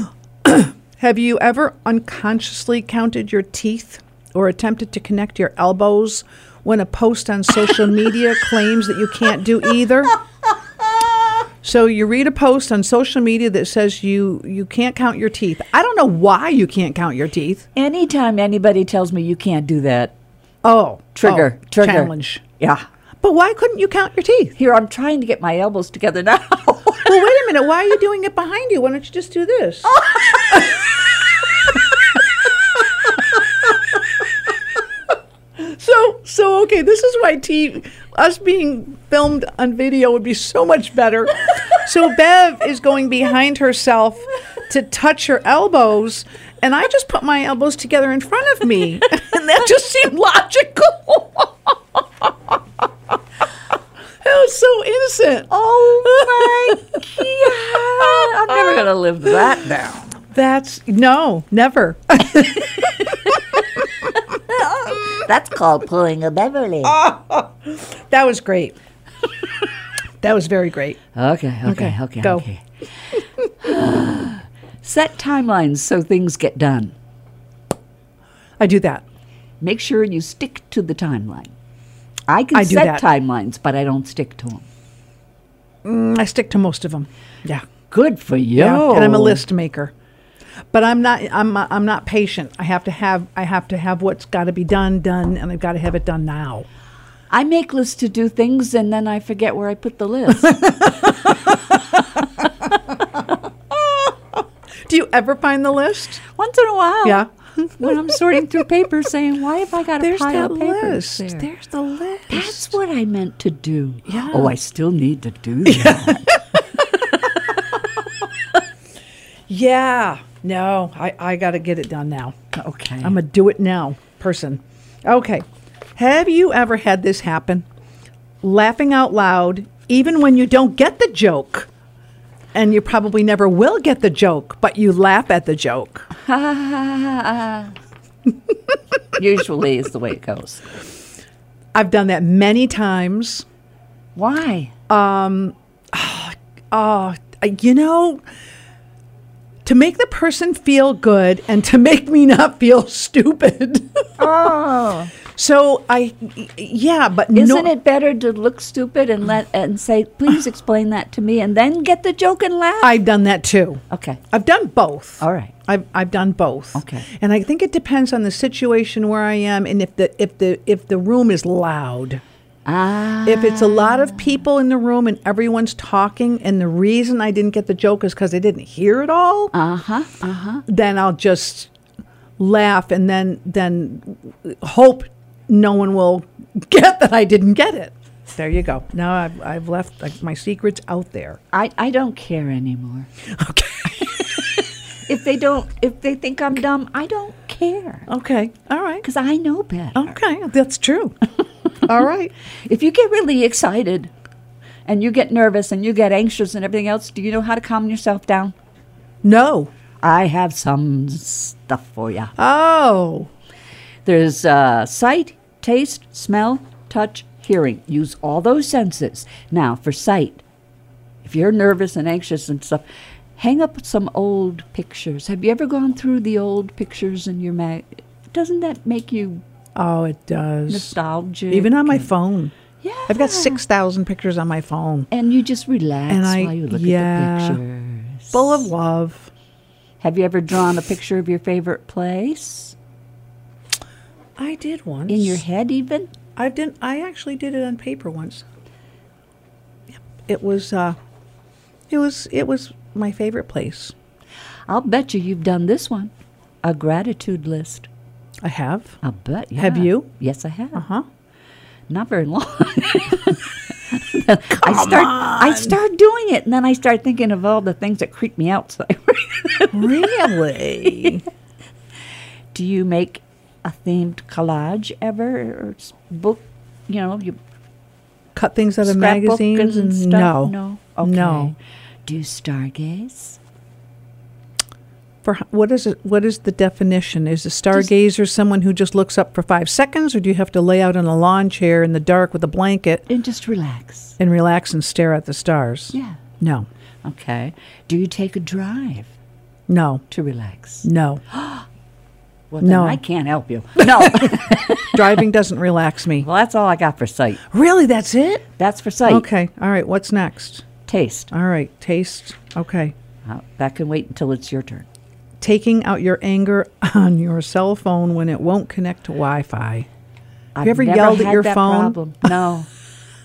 Speaker 3: Have you ever unconsciously counted your teeth or attempted to connect your elbows when a post on social media claims that you can't do either? So you read a post on social media that says you you can't count your teeth. I don't know why you can't count your teeth.
Speaker 2: Anytime anybody tells me you can't do that,
Speaker 3: Oh,
Speaker 2: trigger,
Speaker 3: oh,
Speaker 2: trigger.
Speaker 3: challenge.
Speaker 2: Yeah.
Speaker 3: But why couldn't you count your teeth?
Speaker 2: Here, I'm trying to get my elbows together now.
Speaker 3: Well, wait a minute. Why are you doing it behind you? Why don't you just do this? so, so okay. This is why T us being filmed on video would be so much better. so Bev is going behind herself to touch her elbows, and I just put my elbows together in front of me, and that just seemed logical. That was so innocent. Oh my
Speaker 2: I'm never going to live that down.
Speaker 3: That's no, never.
Speaker 5: That's called pulling a Beverly.
Speaker 3: That was great. that was very great.
Speaker 2: Okay, okay, okay,
Speaker 3: go.
Speaker 2: okay. Set timelines so things get done.
Speaker 3: I do that.
Speaker 2: Make sure you stick to the timeline. I can
Speaker 3: I do
Speaker 2: set
Speaker 3: that.
Speaker 2: timelines, but I don't stick to them.
Speaker 3: Mm, I stick to most of them. Yeah.
Speaker 2: Good for you.
Speaker 3: Yeah, and I'm a list maker. But I'm not. I'm. uh, I'm not patient. I have to have. I have to have what's got to be done done, and I've got to have it done now.
Speaker 2: I make lists to do things, and then I forget where I put the list.
Speaker 3: Do you ever find the list?
Speaker 2: Once in a while.
Speaker 3: Yeah.
Speaker 2: when I'm sorting through papers, saying, "Why have I got
Speaker 3: There's
Speaker 2: a pile
Speaker 3: that
Speaker 2: of papers
Speaker 3: list.
Speaker 2: there?"
Speaker 3: There's the list.
Speaker 2: That's what I meant to do.
Speaker 3: Yeah.
Speaker 2: Oh, I still need to do that.
Speaker 3: Yeah. No, I, I got to get it done now.
Speaker 2: okay.
Speaker 3: I'm a do it now person. Okay. Have you ever had this happen? Laughing out loud, even when you don't get the joke. And you probably never will get the joke, but you laugh at the joke.
Speaker 2: Usually is the way it goes.
Speaker 3: I've done that many times.
Speaker 2: Why?
Speaker 3: Uh, I- you know, to make the person feel good and to make me not feel stupid.
Speaker 5: Oh.
Speaker 3: so I, yeah, but no-
Speaker 2: Isn't it better to look stupid and let and say, "Please explain that to me," and then get the joke and laugh?
Speaker 3: I've done that too.
Speaker 2: okay.
Speaker 3: I've done both.
Speaker 2: All right.
Speaker 3: I've I've done both.
Speaker 2: Okay.
Speaker 3: And I think it depends on the situation where I am and if the if the if the room is loud.
Speaker 2: Ah.
Speaker 3: If it's a lot of people in the room and everyone's talking and the reason I didn't get the joke is cuz I didn't hear it all,
Speaker 2: Uh huh. Uh huh.
Speaker 3: then I'll just laugh and then then hope no one will get that I didn't get it. There you go. Now I've, I've left like, my secrets out there.
Speaker 2: I I don't care anymore. Okay. if they don't, if they think I'm dumb, I don't care
Speaker 3: Okay. All right.
Speaker 2: because I know better.
Speaker 3: Okay. That's true. all right.
Speaker 2: If you get really excited and you get nervous and you get anxious and everything else, do you know how to calm yourself down?
Speaker 3: No.
Speaker 2: I have some stuff for you.
Speaker 3: Oh.
Speaker 2: There's uh, sight, taste, smell, touch, hearing. Use all those senses. Now, for sight, if you're nervous and anxious and stuff, hang up some old pictures. Have you ever gone through the old pictures in your mag? Doesn't that make you
Speaker 3: Oh, it does.
Speaker 2: nostalgic?
Speaker 3: Even on my phone.
Speaker 2: yeah,
Speaker 3: I've got 6,000 pictures on my phone.
Speaker 2: and you just relax
Speaker 3: And I-
Speaker 2: while you look
Speaker 3: yeah.
Speaker 2: at the pictures.
Speaker 3: Full of love.
Speaker 2: Have you ever drawn a picture of your favorite place
Speaker 3: I did once.
Speaker 2: in your head, even?
Speaker 3: I didn't I actually did it on paper once. Yep. It was uh it was it was my favorite place.
Speaker 2: I'll bet you you've done this one, a gratitude list.
Speaker 3: I have.
Speaker 2: I bet. Yeah.
Speaker 3: Have you?
Speaker 2: Yes, I have.
Speaker 3: Uh-huh.
Speaker 2: Not very long. I start. I start doing it, and then I start thinking of all the things that creep me out. So
Speaker 3: Really?
Speaker 2: do you make a themed collage ever, or s- book? You know, you
Speaker 3: Cut things out of
Speaker 2: scrapbook
Speaker 3: magazines
Speaker 2: and stuff.
Speaker 3: no.
Speaker 2: no, okay.
Speaker 3: No.
Speaker 2: Do you stargaze?
Speaker 3: For h- what is it what is the definition? Is a stargazer someone who just looks up for 5 seconds or do you have to lay out on a lawn chair in the dark with a blanket
Speaker 2: And just relax.
Speaker 3: and relax and stare at the stars?
Speaker 2: Yeah.
Speaker 3: No.
Speaker 2: Okay. Do you take a drive
Speaker 3: No.
Speaker 2: to relax?
Speaker 3: No.
Speaker 2: Well, then
Speaker 3: No.
Speaker 2: I can't help you. No. well,
Speaker 3: Driving doesn't relax me.
Speaker 2: that's all I got for sight.
Speaker 3: Really? That's it?
Speaker 2: That's for sight.
Speaker 3: Okay. All right. What's next?
Speaker 2: Taste.
Speaker 3: All right. Taste. Okay.
Speaker 2: Uh, that can wait until it's your turn.
Speaker 3: Taking out your anger on your cell phone when it won't connect to Wi Fi.
Speaker 2: I've
Speaker 3: you ever
Speaker 2: never
Speaker 3: yelled at
Speaker 2: had
Speaker 3: your
Speaker 2: that
Speaker 3: phone?
Speaker 2: Problem. No.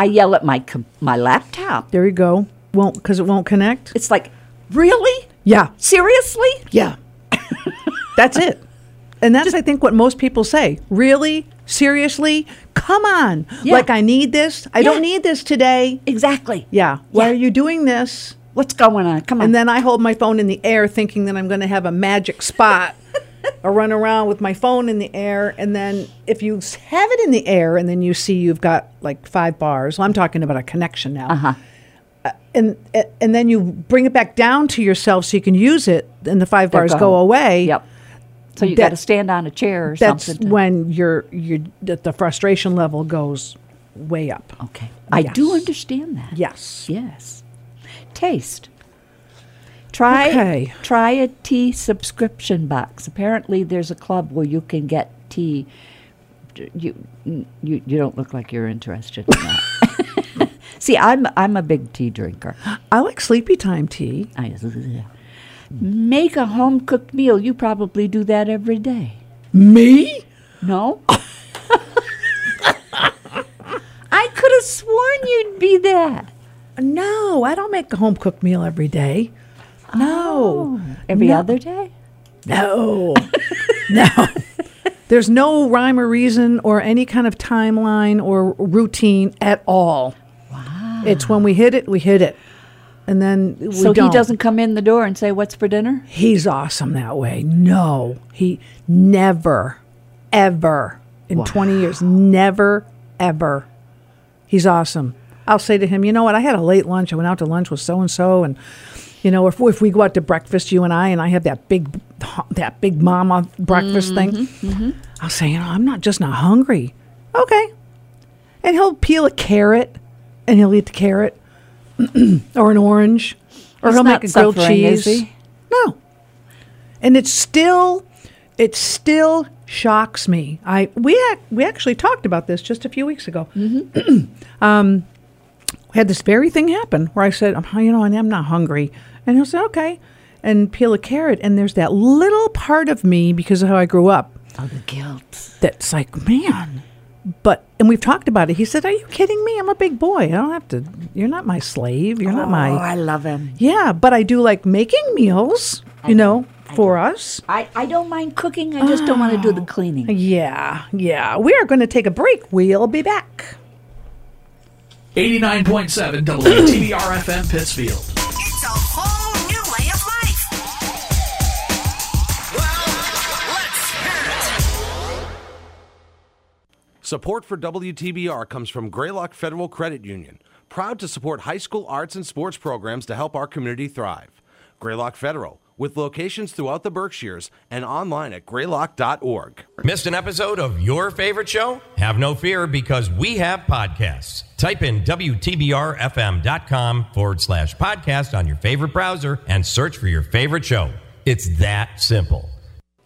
Speaker 2: I yell at my com- my laptop.
Speaker 3: There you go. Won't, because it won't connect?
Speaker 2: It's like, really?
Speaker 3: Yeah.
Speaker 2: Seriously?
Speaker 3: Yeah. that's it. And that's, I think, what most people say. Really? Seriously? Come on.
Speaker 2: Yeah.
Speaker 3: Like, I need this. I
Speaker 2: Yeah.
Speaker 3: don't need this today.
Speaker 2: Exactly.
Speaker 3: Yeah. Why
Speaker 2: Yeah.
Speaker 3: are you doing this?
Speaker 2: What's going on? Come on.
Speaker 3: And then I hold my phone in the air thinking that I'm going to have a magic spot or run around with my phone in the air. And then if you s- have it in the air and then you see you've got like five bars, well, I'm talking about a connection now. Uh-huh. And a- and then you bring it back down to yourself so you can use it, and the five bars
Speaker 2: gone.
Speaker 3: go away.
Speaker 2: yep. So you
Speaker 3: That-
Speaker 2: got to stand on a chair or
Speaker 3: That's
Speaker 2: something. to-
Speaker 3: when your your that the frustration level goes way up.
Speaker 2: okay. I do
Speaker 3: Oh, Yes.
Speaker 2: understand that.
Speaker 3: Yes.
Speaker 2: Yes. Taste. Try
Speaker 3: Okay.
Speaker 2: try a tea subscription box. Apparently there's a club where you can get tea. D- You, you, you don't look like you're interested in that. See, I'm, I'm a big tea drinker.
Speaker 3: I like sleepy time tea.
Speaker 2: I, make a home cooked meal. You probably do that every day.
Speaker 3: Me?
Speaker 2: No? I could have sworn you'd be that.
Speaker 3: No, I don't make a home cooked meal every day. No.
Speaker 2: Every
Speaker 3: No.
Speaker 2: other day?
Speaker 3: No. no. There's no rhyme or reason or any kind of timeline or routine at all. Wow. It's when we hit it, we hit it. And then we
Speaker 2: so he
Speaker 3: don't.
Speaker 2: doesn't come in the door and say, What's for dinner?
Speaker 3: He's awesome that way. No, he never, ever in 20 years, never, ever. He's awesome. I'll say to him, you know what? I had a late lunch. I went out to lunch with so and so, and you know, if if we go out to breakfast, you and I, and I have that big, that big mama breakfast thing, I'll say, you know, I'm not just not hungry. Okay, and he'll peel a carrot, and he'll eat the carrot, or an orange, or
Speaker 2: He's
Speaker 3: he'll
Speaker 2: not
Speaker 3: make a grilled
Speaker 2: suffering, is
Speaker 3: cheese.
Speaker 2: he?
Speaker 3: No, and it's still, it still shocks me. I we ac- we actually talked about this just a few weeks ago.
Speaker 2: Mm-hmm.
Speaker 3: Um, We had this very thing happen where I said, "Oh, you know, and I'm not hungry. And he'll say, okay. And peel a carrot. And there's that little part of me because of how I grew up
Speaker 5: Oh, the guilt.
Speaker 3: that's like, man. But, and we've talked about it. He said, are you kidding me? I'm a big boy. I don't have to, you're not my slave. You're not
Speaker 5: Oh,
Speaker 3: my,
Speaker 5: I love him.
Speaker 3: yeah. But I do like making meals, you know, for us.
Speaker 5: I, I don't mind cooking. I just don't want to do
Speaker 3: Oh.
Speaker 5: the cleaning.
Speaker 3: Yeah. Yeah. We are going to take a break. We'll be back.
Speaker 6: 89.7 WTBR FM Pittsfield.
Speaker 7: It's a whole new way of life. Well, let's hear it.
Speaker 8: Support for WTBR comes from Greylock Federal Credit Union, proud to support high school arts and sports programs to help our community thrive. Greylock Federal, with locations throughout the Berkshires and online at greylock.org.
Speaker 9: Missed an episode of your favorite show? Have no fear because we have podcasts. Type in WTBRFM.com forward slash podcast on your favorite browser and search for your favorite show. It's that simple.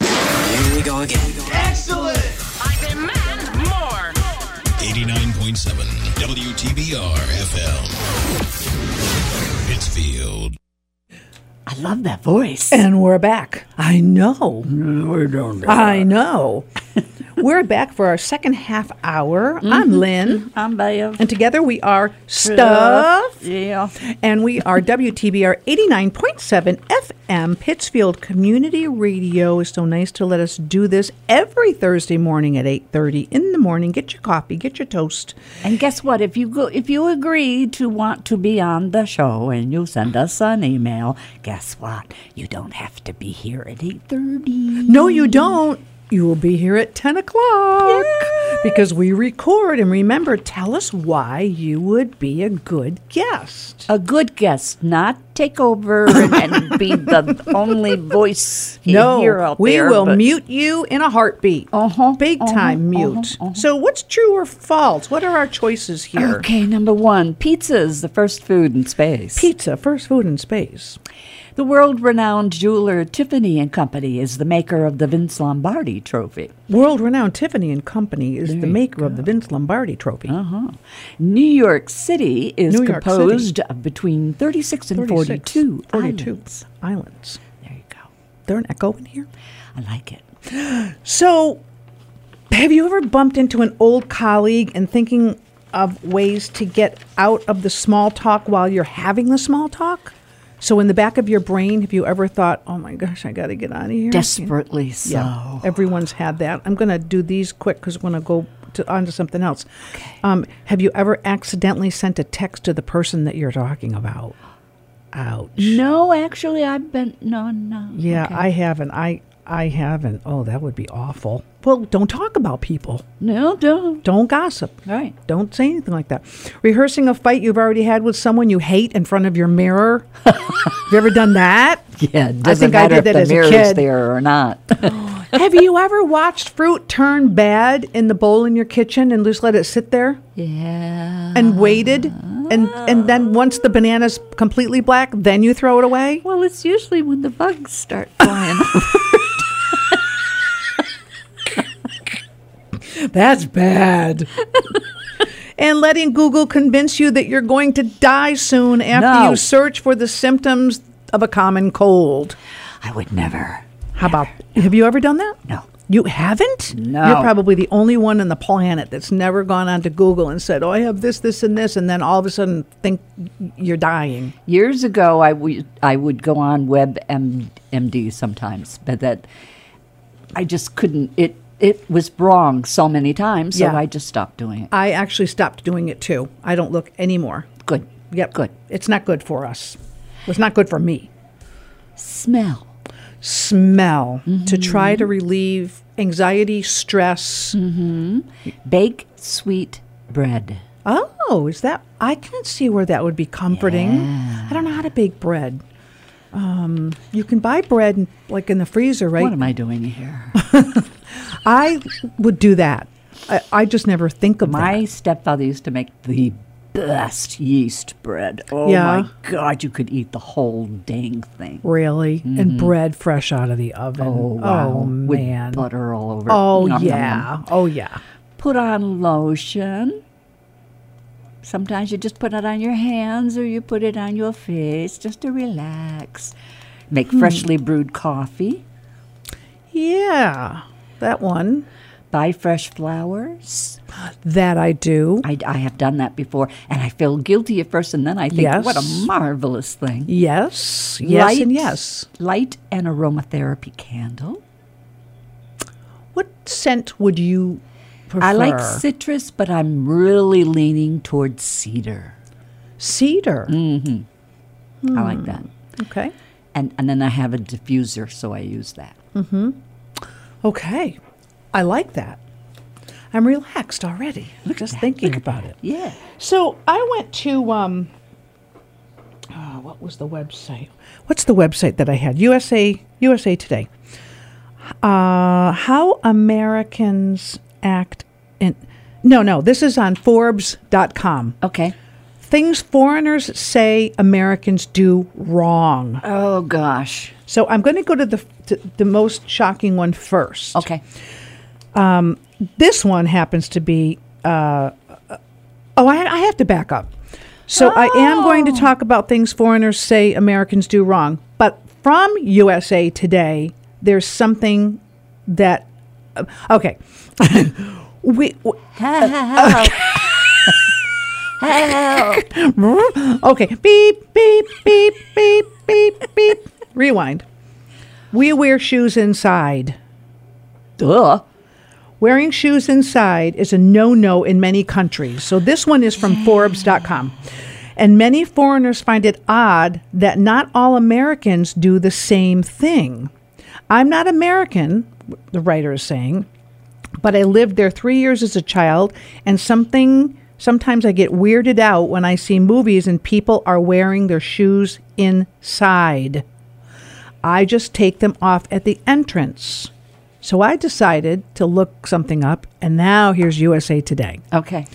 Speaker 10: Here we go again.
Speaker 7: I demand more.
Speaker 11: 89.7 WTBR FM. Pittsfield.
Speaker 5: I love that voice.
Speaker 3: And we're back. I know. I know. we're back for our second half hour. I'm Lynn.
Speaker 2: I'm Bev.
Speaker 3: And together we are Stuff.
Speaker 2: Yeah.
Speaker 3: And we are WTBR 89.7 FM Pittsfield Community Radio. It's so nice to let us do this every Thursday morning at 8.30 in the morning. Get your coffee, get your toast.
Speaker 2: And guess what? If you go, if you agree to want to be on the show and you send us an email, guess what? You don't have to be here at eight thirty.
Speaker 3: No, you don't. You will be here at 10 o'clock because we record. And remember, tell us why you would be a good guest.
Speaker 2: A good guest, not take over and, and be the only voice you hear
Speaker 3: No,
Speaker 2: out
Speaker 3: we
Speaker 2: there.
Speaker 3: will
Speaker 2: but-
Speaker 3: mute you in a heartbeat.
Speaker 2: Uh-huh,
Speaker 3: Big
Speaker 2: uh-huh,
Speaker 3: time
Speaker 2: uh-huh,
Speaker 3: mute. So, what's true or false? What are our choices here?
Speaker 2: Okay, number one, pizza is the first food in space.
Speaker 3: Pizza, first food in space.
Speaker 2: the world-renowned jeweler Tiffany and Company is the maker of the Vince Lombardi Trophy.
Speaker 3: World renowned Tiffany and Company is the maker of the Vince Lombardi Trophy.
Speaker 2: Uh-huh. New York City is
Speaker 3: New York City.
Speaker 2: composed of between thirty-six and
Speaker 3: 46,
Speaker 2: forty-two.
Speaker 3: 42
Speaker 2: islands.
Speaker 3: islands.
Speaker 2: There you go.
Speaker 3: There an echo in here?
Speaker 2: I like it.
Speaker 3: So, have you ever bumped into an old colleague and thinking of ways to get out of the small talk while you're having the small talk? So, in the back of your brain, have you ever thought, oh my gosh, I got to get out of here?
Speaker 2: Desperately so.
Speaker 3: Yeah, everyone's had that. I'm going to do these quick because we're going to go to, on to something else. Um, have you ever accidentally sent a text to the person that you're talking about? Ouch.
Speaker 2: No, actually, I've been no, no.
Speaker 3: Yeah,
Speaker 2: Mm, okay.
Speaker 3: I haven't. I I haven't. Oh, that would be awful. Well, don't talk about people.
Speaker 2: No, don't.
Speaker 3: Don't gossip.
Speaker 2: Right.
Speaker 3: Don't say anything like that. Rehearsing a fight you've already had with someone you hate in front of your mirror. Have you ever done that?
Speaker 2: Yeah, it doesn't matter if the mirror is there or not.
Speaker 3: Have you ever watched fruit turn bad in the bowl in your kitchen and just let it sit there?
Speaker 2: Yeah.
Speaker 3: And waited and and then once the banana's completely black, then you throw it away?
Speaker 2: Well, it's usually when the bugs start flying.
Speaker 3: That's bad. and letting Google convince you that you're going to die soon after
Speaker 2: No.
Speaker 3: you search for the symptoms of a common cold.
Speaker 2: I would never.
Speaker 3: How about have you ever done that? No. You haven't?
Speaker 2: No.
Speaker 3: You're probably the only one on the planet that's never gone onto Google and said, "Oh, I have this, this, and this," and then all of a sudden think you're dying.
Speaker 2: Years ago, I would I would go on WebMD sometimes, but that I just couldn't. It it was wrong so many times, so
Speaker 3: Yeah.
Speaker 2: I just stopped doing it.
Speaker 3: I actually stopped doing it too. I don't look anymore.
Speaker 2: Good.
Speaker 3: Yep. Good. It's not good for us. It's not good for me.
Speaker 2: Smell.
Speaker 3: Smell to
Speaker 2: Mm-hmm.
Speaker 3: try to relieve anxiety, stress. Mm-hmm.
Speaker 2: Bake sweet bread.
Speaker 3: Oh, is that? I can see where that would be comforting. I don't know how to bake bread. Um, you can buy bread in- like in the freezer, right?
Speaker 2: What am I doing here?
Speaker 3: I would do that. I, I just never think of
Speaker 2: My stepfather used to make the best yeast bread. Oh
Speaker 3: Yeah.
Speaker 2: my God, you could eat the whole dang thing.
Speaker 3: really,
Speaker 2: Mhm.
Speaker 3: and bread fresh out of the oven.
Speaker 2: Oh, wow. With
Speaker 3: man,
Speaker 2: butter all over. it.
Speaker 3: Oh
Speaker 2: Nom, nom,
Speaker 3: yeah,
Speaker 2: nom.
Speaker 3: oh yeah.
Speaker 2: Put on lotion. Sometimes you just put it on your hands or you put it on your face just to relax. Make
Speaker 3: Hmm.
Speaker 2: freshly brewed coffee.
Speaker 3: Yeah, that one.
Speaker 2: Buy fresh flowers.
Speaker 3: That I do.
Speaker 2: I, I have done that before, and I feel guilty at first, and then I think, what a
Speaker 3: Yes.
Speaker 2: marvelous thing.
Speaker 3: Yes, yes,
Speaker 2: light,
Speaker 3: and yes.
Speaker 2: Light an aromatherapy candle.
Speaker 3: What scent would you prefer?
Speaker 2: I like citrus, but I'm really leaning towards cedar.
Speaker 3: Cedar.
Speaker 2: Mm-hmm. I
Speaker 3: Hmm.
Speaker 2: like that.
Speaker 3: Okay.
Speaker 2: And and then I have a diffuser, so I use that.
Speaker 3: Mm-hmm. Okay, I like that. I'm relaxed already. just thinking about it.
Speaker 2: Yeah.
Speaker 3: So I went to um, oh, what was the website? What's the website that I had? USA USA Today. Uh, how Americans act in no no this is on Forbes.com.
Speaker 2: Okay.
Speaker 3: Things foreigners say Americans do wrong.
Speaker 2: Oh gosh.
Speaker 3: So I'm going to go to the to the most shocking one first.
Speaker 2: Okay.
Speaker 3: Um, this one happens to be. Uh, oh, I, I have to back up. So I am going to talk about things foreigners say Americans do wrong, but from USA Today, there's something that. uh, okay. we. w- okay. Beep, beep, beep, beep, beep, beep. Rewind. We wear shoes inside.
Speaker 2: Duh.
Speaker 3: Wearing shoes inside is a no no in many countries. So this one is from Forbes.com. And many foreigners find it odd that not all Americans do the same thing. I'm not American, the writer is saying, but I lived there three years as a child, and something sometimes I get weirded out when I see movies and people are wearing their shoes inside. I just take them off at the entrance. So I decided to look something up, and now here's USA Today.
Speaker 2: Okay.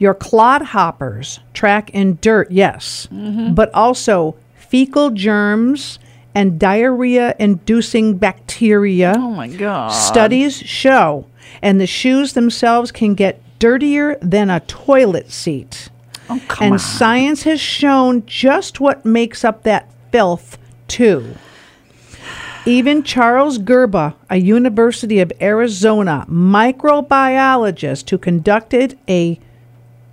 Speaker 3: Your clodhoppers track in dirt, yes,
Speaker 2: Mm-hmm.
Speaker 3: but also fecal germs and diarrhea inducing bacteria. Oh
Speaker 2: my God.
Speaker 3: Studies show, and the shoes themselves can get dirtier than a toilet seat.
Speaker 2: Oh, come
Speaker 3: and
Speaker 2: on.
Speaker 3: science has shown just what makes up that filth, too. Even Charles Gerba, a University of Arizona microbiologist who conducted a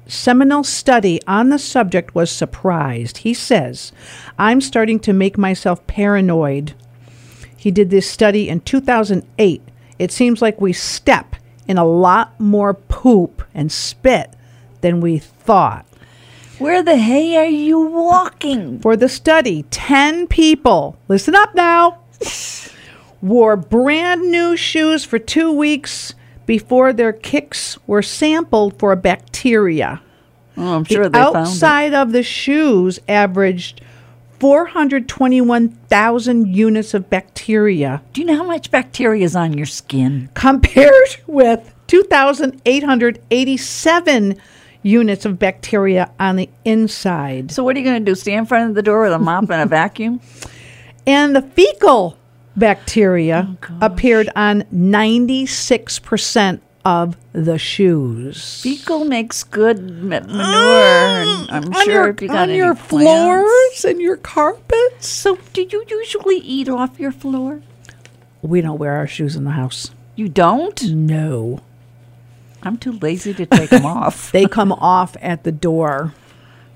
Speaker 3: seminal study on the subject, was surprised. He says, I'm starting to make myself paranoid. He did this study in 2008. It seems like we step in a lot more poop and spit than we thought.
Speaker 2: Where the hay are you walking?
Speaker 3: For the study, 10 people, listen up now, wore brand new shoes for two weeks before their kicks were sampled for bacteria.
Speaker 2: Oh, I'm sure
Speaker 3: the
Speaker 2: they found it.
Speaker 3: outside of the shoes averaged 421,000 units of bacteria.
Speaker 5: Do you know how much bacteria is on your skin?
Speaker 3: compared with 2,887 units of bacteria on the inside.
Speaker 2: So what are you going to do? Stand in front of the door with a mop and a vacuum?
Speaker 3: And the fecal bacteria appeared on 96% of the shoes.
Speaker 2: Fecal makes good ma- manure. and I'm
Speaker 3: Mm, on
Speaker 2: sure
Speaker 3: your,
Speaker 2: if you got
Speaker 3: on
Speaker 2: any
Speaker 3: your
Speaker 2: plants.
Speaker 3: floors and your carpets.
Speaker 2: So do you usually eat off your floor?
Speaker 3: We don't wear our shoes in the house.
Speaker 2: You don't?
Speaker 3: No.
Speaker 2: I'm too lazy to take them off.
Speaker 3: They come off at the door.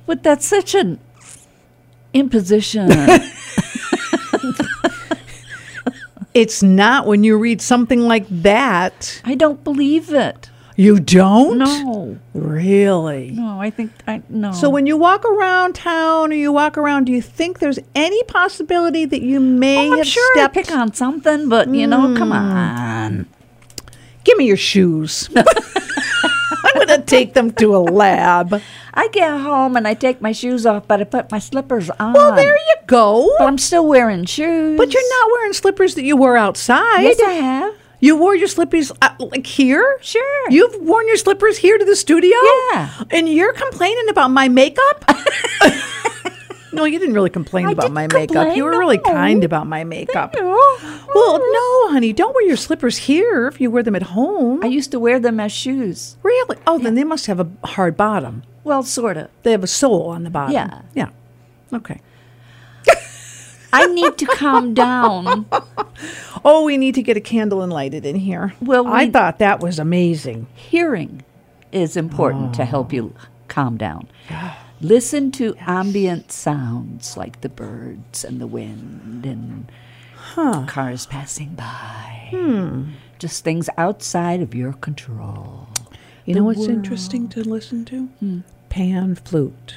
Speaker 2: But that's such an imposition.
Speaker 3: It's not when you read something like that.
Speaker 2: I don't believe it.
Speaker 3: You don't?
Speaker 2: No.
Speaker 3: Really?
Speaker 2: No, I think I no.
Speaker 3: So when you walk around town or you walk around, do you think there's any possibility that you may
Speaker 2: Oh, I'm
Speaker 3: have
Speaker 2: sure
Speaker 3: stepped? Hmm.
Speaker 2: I pick on something, but you know, come on.
Speaker 3: Give me your shoes. I'm going to take them to a lab.
Speaker 2: I get home and I take my shoes off, but I put my slippers on.
Speaker 3: Well, there you go.
Speaker 2: But I'm still wearing shoes.
Speaker 3: But you're not wearing slippers that you wore outside.
Speaker 2: Yes, I have.
Speaker 3: You wore your slippers uh, like here?
Speaker 2: Sure.
Speaker 3: You've worn your slippers here to the studio?
Speaker 2: Yeah.
Speaker 3: And you're complaining about my makeup? no, you didn't really complain
Speaker 2: I
Speaker 3: about
Speaker 2: didn't
Speaker 3: my makeup. You were really
Speaker 2: complain, no.
Speaker 3: kind about my makeup.
Speaker 2: you.
Speaker 3: Well, no, honey, don't wear your slippers here if you wear them at home.
Speaker 2: I used to wear them as shoes.
Speaker 3: really? Oh, then they must have a hard bottom.
Speaker 2: Well, sort of.
Speaker 3: They have a sole on the bottom.
Speaker 2: Yeah.
Speaker 3: Yeah. Okay.
Speaker 2: I need to calm down.
Speaker 3: Oh, we need to get a candle and light it in here.
Speaker 2: Well,
Speaker 3: I
Speaker 2: we-
Speaker 3: thought that was amazing.
Speaker 2: Hearing is important to help you
Speaker 3: Oh.
Speaker 2: calm down. Listen to ambient sounds like the birds and the wind and cars passing by.
Speaker 3: Hmm.
Speaker 2: Just things outside of your control.
Speaker 3: You know what's interesting to listen to?
Speaker 2: Hmm.
Speaker 3: Pan flute.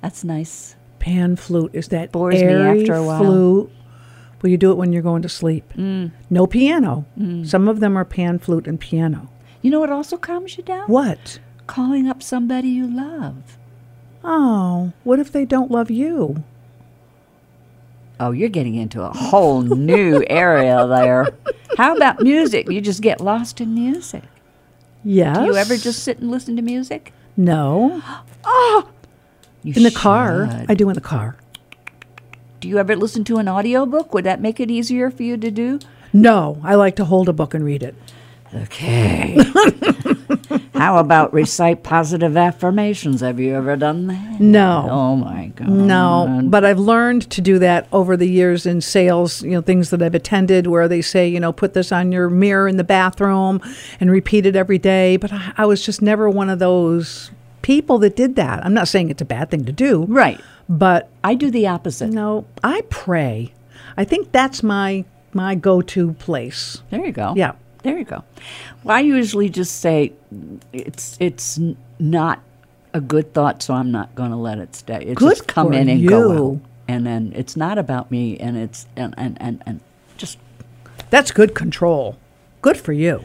Speaker 2: That's nice.
Speaker 3: Pan flute is that
Speaker 2: Bores me
Speaker 3: airy
Speaker 2: after a while. Hmm.
Speaker 3: flute. Well, you do it when you're going to sleep. No piano. Some of them are pan flute and piano.
Speaker 2: You know what also calms you down?
Speaker 3: What?
Speaker 2: Calling up somebody you love.
Speaker 3: Oh, what if they don't love you?
Speaker 2: Oh, you're getting into a whole new area there. How about music? You just get lost in music.
Speaker 3: Yes.
Speaker 2: Do you ever just sit and listen to music?
Speaker 3: no
Speaker 2: You
Speaker 3: in the car?
Speaker 2: should.
Speaker 3: I do in the car.
Speaker 2: Do you ever listen to an audiobook? Would that make it easier for you to do?
Speaker 3: No, I like to hold a book and read it.
Speaker 2: Okay. How about recite positive affirmations? Have you ever done that?
Speaker 3: No.
Speaker 2: Oh my god. Oh,
Speaker 3: No, but I've learned to do that over the years in sales, you know, things that I've attended where they say, you know, put this on your mirror in the bathroom and repeat it every day. But I, I was just never one of those people that did that. I'm not saying it's a bad thing to do.
Speaker 2: Right.
Speaker 3: But
Speaker 2: I do the opposite.
Speaker 3: no, I pray. I think that's my my go-to place.
Speaker 2: There you go.
Speaker 3: Yeah.
Speaker 2: There you go. Well, I usually just say it's it's n- not a good thought, so I'm not going to let it stay. It
Speaker 3: Good
Speaker 2: just come
Speaker 3: for
Speaker 2: in and go out,
Speaker 3: you.
Speaker 2: and then it's not about me, and it's and and and, and just
Speaker 3: That's good control. Good for you.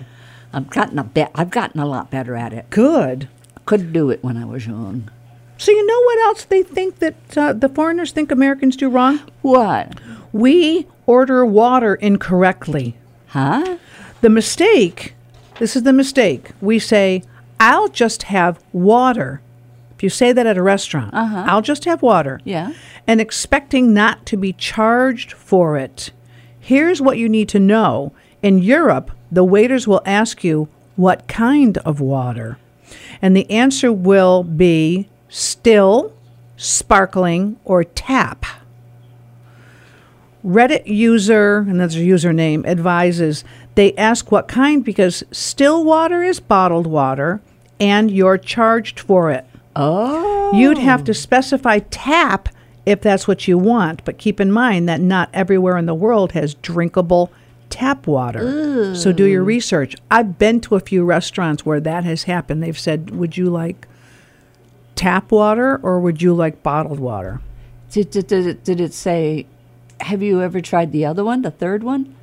Speaker 2: I've gotten a bit. I've gotten a lot better at it.
Speaker 3: Good.
Speaker 2: Couldn't do it when I was young.
Speaker 3: So you know what else they think that uh, the foreigners think Americans do wrong?
Speaker 2: What?
Speaker 3: We order water incorrectly.
Speaker 2: Huh?
Speaker 3: The mistake, this is the mistake. We say, I'll just have water. If you say that at a restaurant, I'll just have water.
Speaker 2: Yeah.
Speaker 3: And expecting not to be charged for it. Here's what you need to know in Europe, the waiters will ask you, What kind of water? And the answer will be still, sparkling, or tap. Reddit user, and that's a username, advises they ask what kind because still water is bottled water and you're charged for it. Oh. You'd have to specify tap if that's what you want, but keep in mind that not everywhere in the world has drinkable tap water. So do your research. I've been to a few restaurants where that has happened. They've said, Would you like tap water or would you like bottled water?
Speaker 2: Did, did, did, it, did it say, have you ever tried the other one, the third one?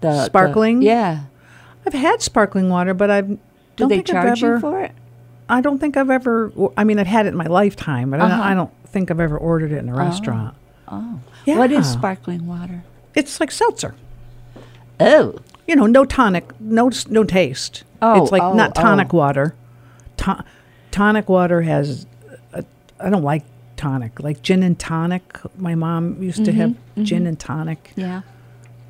Speaker 2: The- the-
Speaker 3: sparkling.
Speaker 2: yeah.
Speaker 3: I've had sparkling water, but I've.
Speaker 2: Do
Speaker 3: not
Speaker 2: they
Speaker 3: think I've
Speaker 2: charge you
Speaker 3: ever,
Speaker 2: for it?
Speaker 3: I don't think I've ever. I mean, I've had it in my lifetime, but I don't
Speaker 2: Uh-huh.
Speaker 3: I don't think I've ever ordered it in a restaurant.
Speaker 2: Oh.
Speaker 3: Yeah.
Speaker 2: What is sparkling water?
Speaker 3: It's like seltzer.
Speaker 2: Oh.
Speaker 3: You know, no tonic, no s- no taste.
Speaker 2: Oh,
Speaker 3: it's like
Speaker 2: oh,
Speaker 3: not tonic
Speaker 2: oh.
Speaker 3: water. To- tonic water has. A, I don't like tonic, like gin and tonic. My mom used to have
Speaker 2: Mm-hmm,
Speaker 3: gin and tonic,
Speaker 2: Yeah.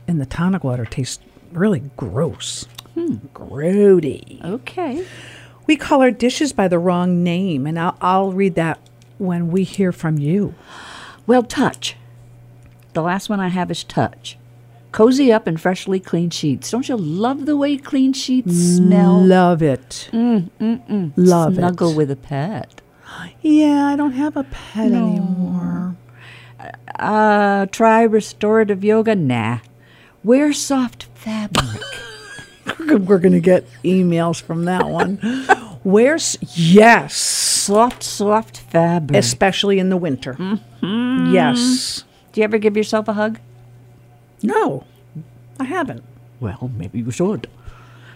Speaker 3: and the tonic water tastes really gross,
Speaker 2: Hmm.
Speaker 3: grody.
Speaker 2: Okay.
Speaker 3: We call our dishes by the wrong name, and I'll, I'll read that when we hear from you.
Speaker 5: Well, touch.
Speaker 2: The last one I have is touch. Cozy up in freshly clean sheets. Don't you love the way clean sheets smell?
Speaker 3: Love it. Love
Speaker 2: mm, Snuggle
Speaker 3: it.
Speaker 2: with a pet.
Speaker 3: yeah, I don't have a pet anymore.
Speaker 2: Uh, try restorative yoga. Nah. Wear soft fabric.
Speaker 3: We're going to get emails from that one. Where's yes,
Speaker 2: soft, soft fabric.
Speaker 3: especially in the winter.
Speaker 2: Mm-hmm.
Speaker 3: Yes.
Speaker 2: Do you ever give yourself a hug?
Speaker 3: No, I haven't.
Speaker 2: Well, maybe you should.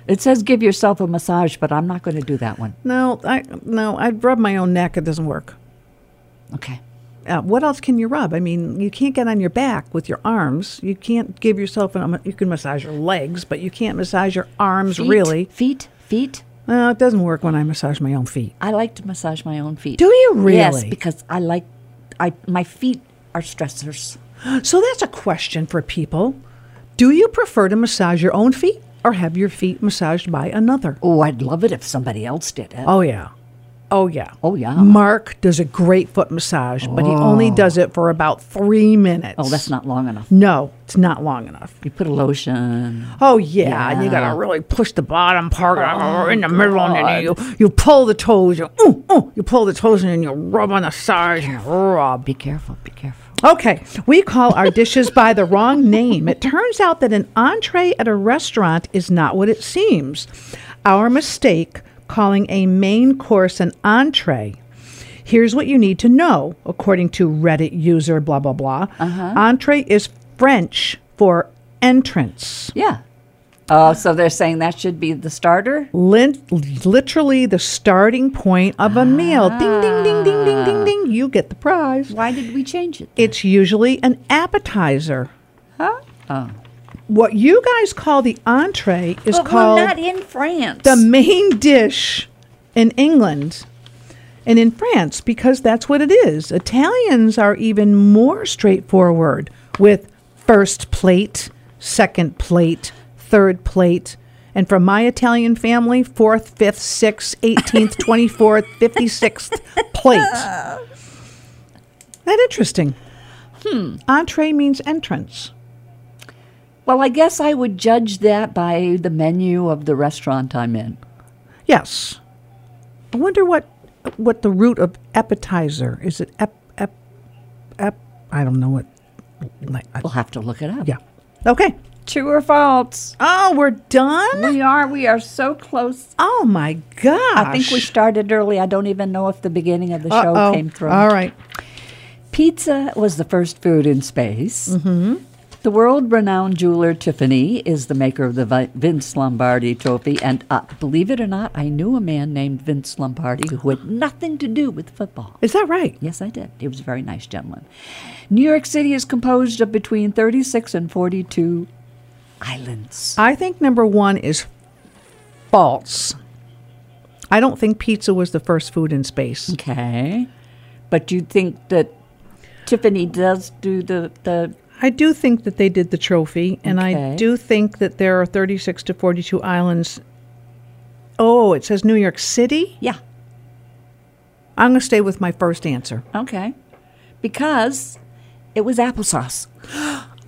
Speaker 2: It says give yourself a massage, but I'm not going to do that one.
Speaker 3: No, I no, I'd rub my own neck. It doesn't work.
Speaker 2: Okay.
Speaker 3: uh, what else can you rub? I mean, you can't get on your back with your arms. You can't give yourself an. um, You can massage your legs, but you can't massage your arms
Speaker 2: Feet,
Speaker 3: really.
Speaker 2: Feet, feet.
Speaker 3: No, it doesn't work when I massage my own feet.
Speaker 2: I like to massage my own feet.
Speaker 3: Do you
Speaker 2: Yes,
Speaker 3: really?
Speaker 2: because I like, I my feet are stressors.
Speaker 3: So that's a question for people. Do you prefer to massage your own feet or have your feet massaged by another?
Speaker 5: Oh, I'd love it if somebody else did it.
Speaker 3: Oh yeah. Oh yeah.
Speaker 5: Oh, yeah.
Speaker 3: Mark does a great foot massage, but he only does it for about 3 minutes.
Speaker 5: Oh, that's not long enough.
Speaker 3: No, it's not long enough.
Speaker 5: You put a lotion.
Speaker 3: Oh yeah, and you gotta really push the bottom part uh, in the middle, and then you you pull the toes, you ooh, ooh, you pull the toes, and then you rub on the side, and rub.
Speaker 5: Be careful. Be careful.
Speaker 3: Okay, we call our dishes by the wrong name. It turns out that an entree at a restaurant is not what it seems. Our mistake calling a main course an entree. Here's what you need to know, according to Reddit user blah blah blah. Entree is French for entrance.
Speaker 2: Yeah. Oh, so they're saying that should be the starter.
Speaker 3: Lin- literally the starting point of a meal.
Speaker 2: Ah.
Speaker 3: Ding, ding, ding, ding, ding, ding, ding. You get the prize.
Speaker 2: Why did we change it?
Speaker 3: It's usually an appetizer.
Speaker 2: Huh?
Speaker 3: What you guys call the entree is
Speaker 2: But
Speaker 3: called
Speaker 2: we're not in France.
Speaker 3: the main dish in England and in France because that's what it is. Italians are even more straightforward with first plate, second plate, third plate. And from my Italian family, fourth, fifth, sixth, 18th, 24th, 56th plate. Isn't That interesting. Hmm. Entree means entrance.
Speaker 2: well, I guess I would judge that by the menu of the restaurant I'm in.
Speaker 3: Yes. I wonder what what the root of appetizer is. It ep ep ep. I don't know what. Like, I-
Speaker 2: We'll have to look it up.
Speaker 3: yeah. Okay.
Speaker 2: True or false?
Speaker 3: Oh, we're done.
Speaker 2: We are. We are so close.
Speaker 3: Oh my gosh.
Speaker 2: I think we started early. I don't even know if the beginning of the show
Speaker 3: Uh-oh.
Speaker 2: came through.
Speaker 3: All right.
Speaker 2: Pizza was the first food in space.
Speaker 3: Mm-hmm.
Speaker 2: The world renowned jeweler Tiffany is the maker of the Vi- Vince Lombardi trophy. And uh, believe it or not, I knew a man named Vince Lombardi who had nothing to do with football.
Speaker 3: Is that right?
Speaker 2: Yes, I did. He was a very nice gentleman. New York City is composed of between 36 and 42 islands.
Speaker 3: I think number one is false. I don't think pizza was the first food in space.
Speaker 2: Okay. But you think that Tiffany does do the, the
Speaker 3: I do think that they did the trophy, and I
Speaker 2: Okay.
Speaker 3: do think that there are 36 to 42 islands. Oh, it says New York City?
Speaker 2: yeah.
Speaker 3: I'm going to stay with my first answer.
Speaker 2: Okay. Because it was applesauce.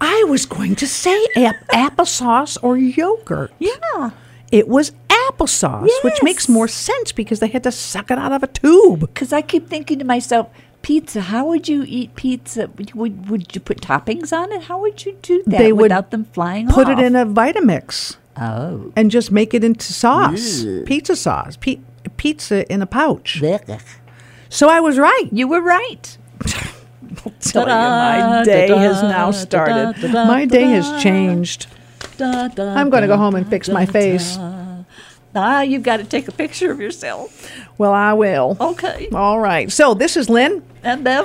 Speaker 3: I was going to say ap- applesauce or yogurt.
Speaker 2: Yeah.
Speaker 3: It was applesauce, which makes
Speaker 2: Yes.
Speaker 3: more sense because they had to suck it out of a tube.
Speaker 2: Because I keep thinking to myself, pizza, how would you eat pizza? Would, would, would you put toppings on it? How would you do that
Speaker 3: They would
Speaker 2: without them flying
Speaker 3: Put
Speaker 2: off?
Speaker 3: it in a Vitamix
Speaker 2: Oh.
Speaker 3: and just make it into sauce, pizza sauce, Pi pizza in a pouch. So I was right.
Speaker 2: You were right.
Speaker 3: Tell you, my day has now started. My day has changed. I'm going to go home and fix my face.
Speaker 12: Ah, you've got to take a picture of yourself.
Speaker 3: Well, I will.
Speaker 12: Okay.
Speaker 3: All right. So this is Lynn,
Speaker 12: And then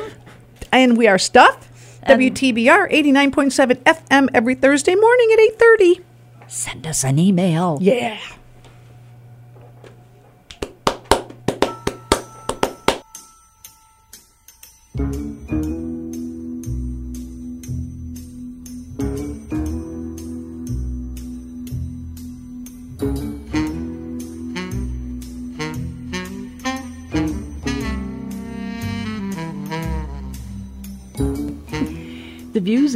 Speaker 3: and we are Stuff.
Speaker 12: And-
Speaker 3: WTBR 89.7 FM every Thursday morning at 8.30.
Speaker 13: Send us an email.
Speaker 3: Yeah.
Speaker 2: The views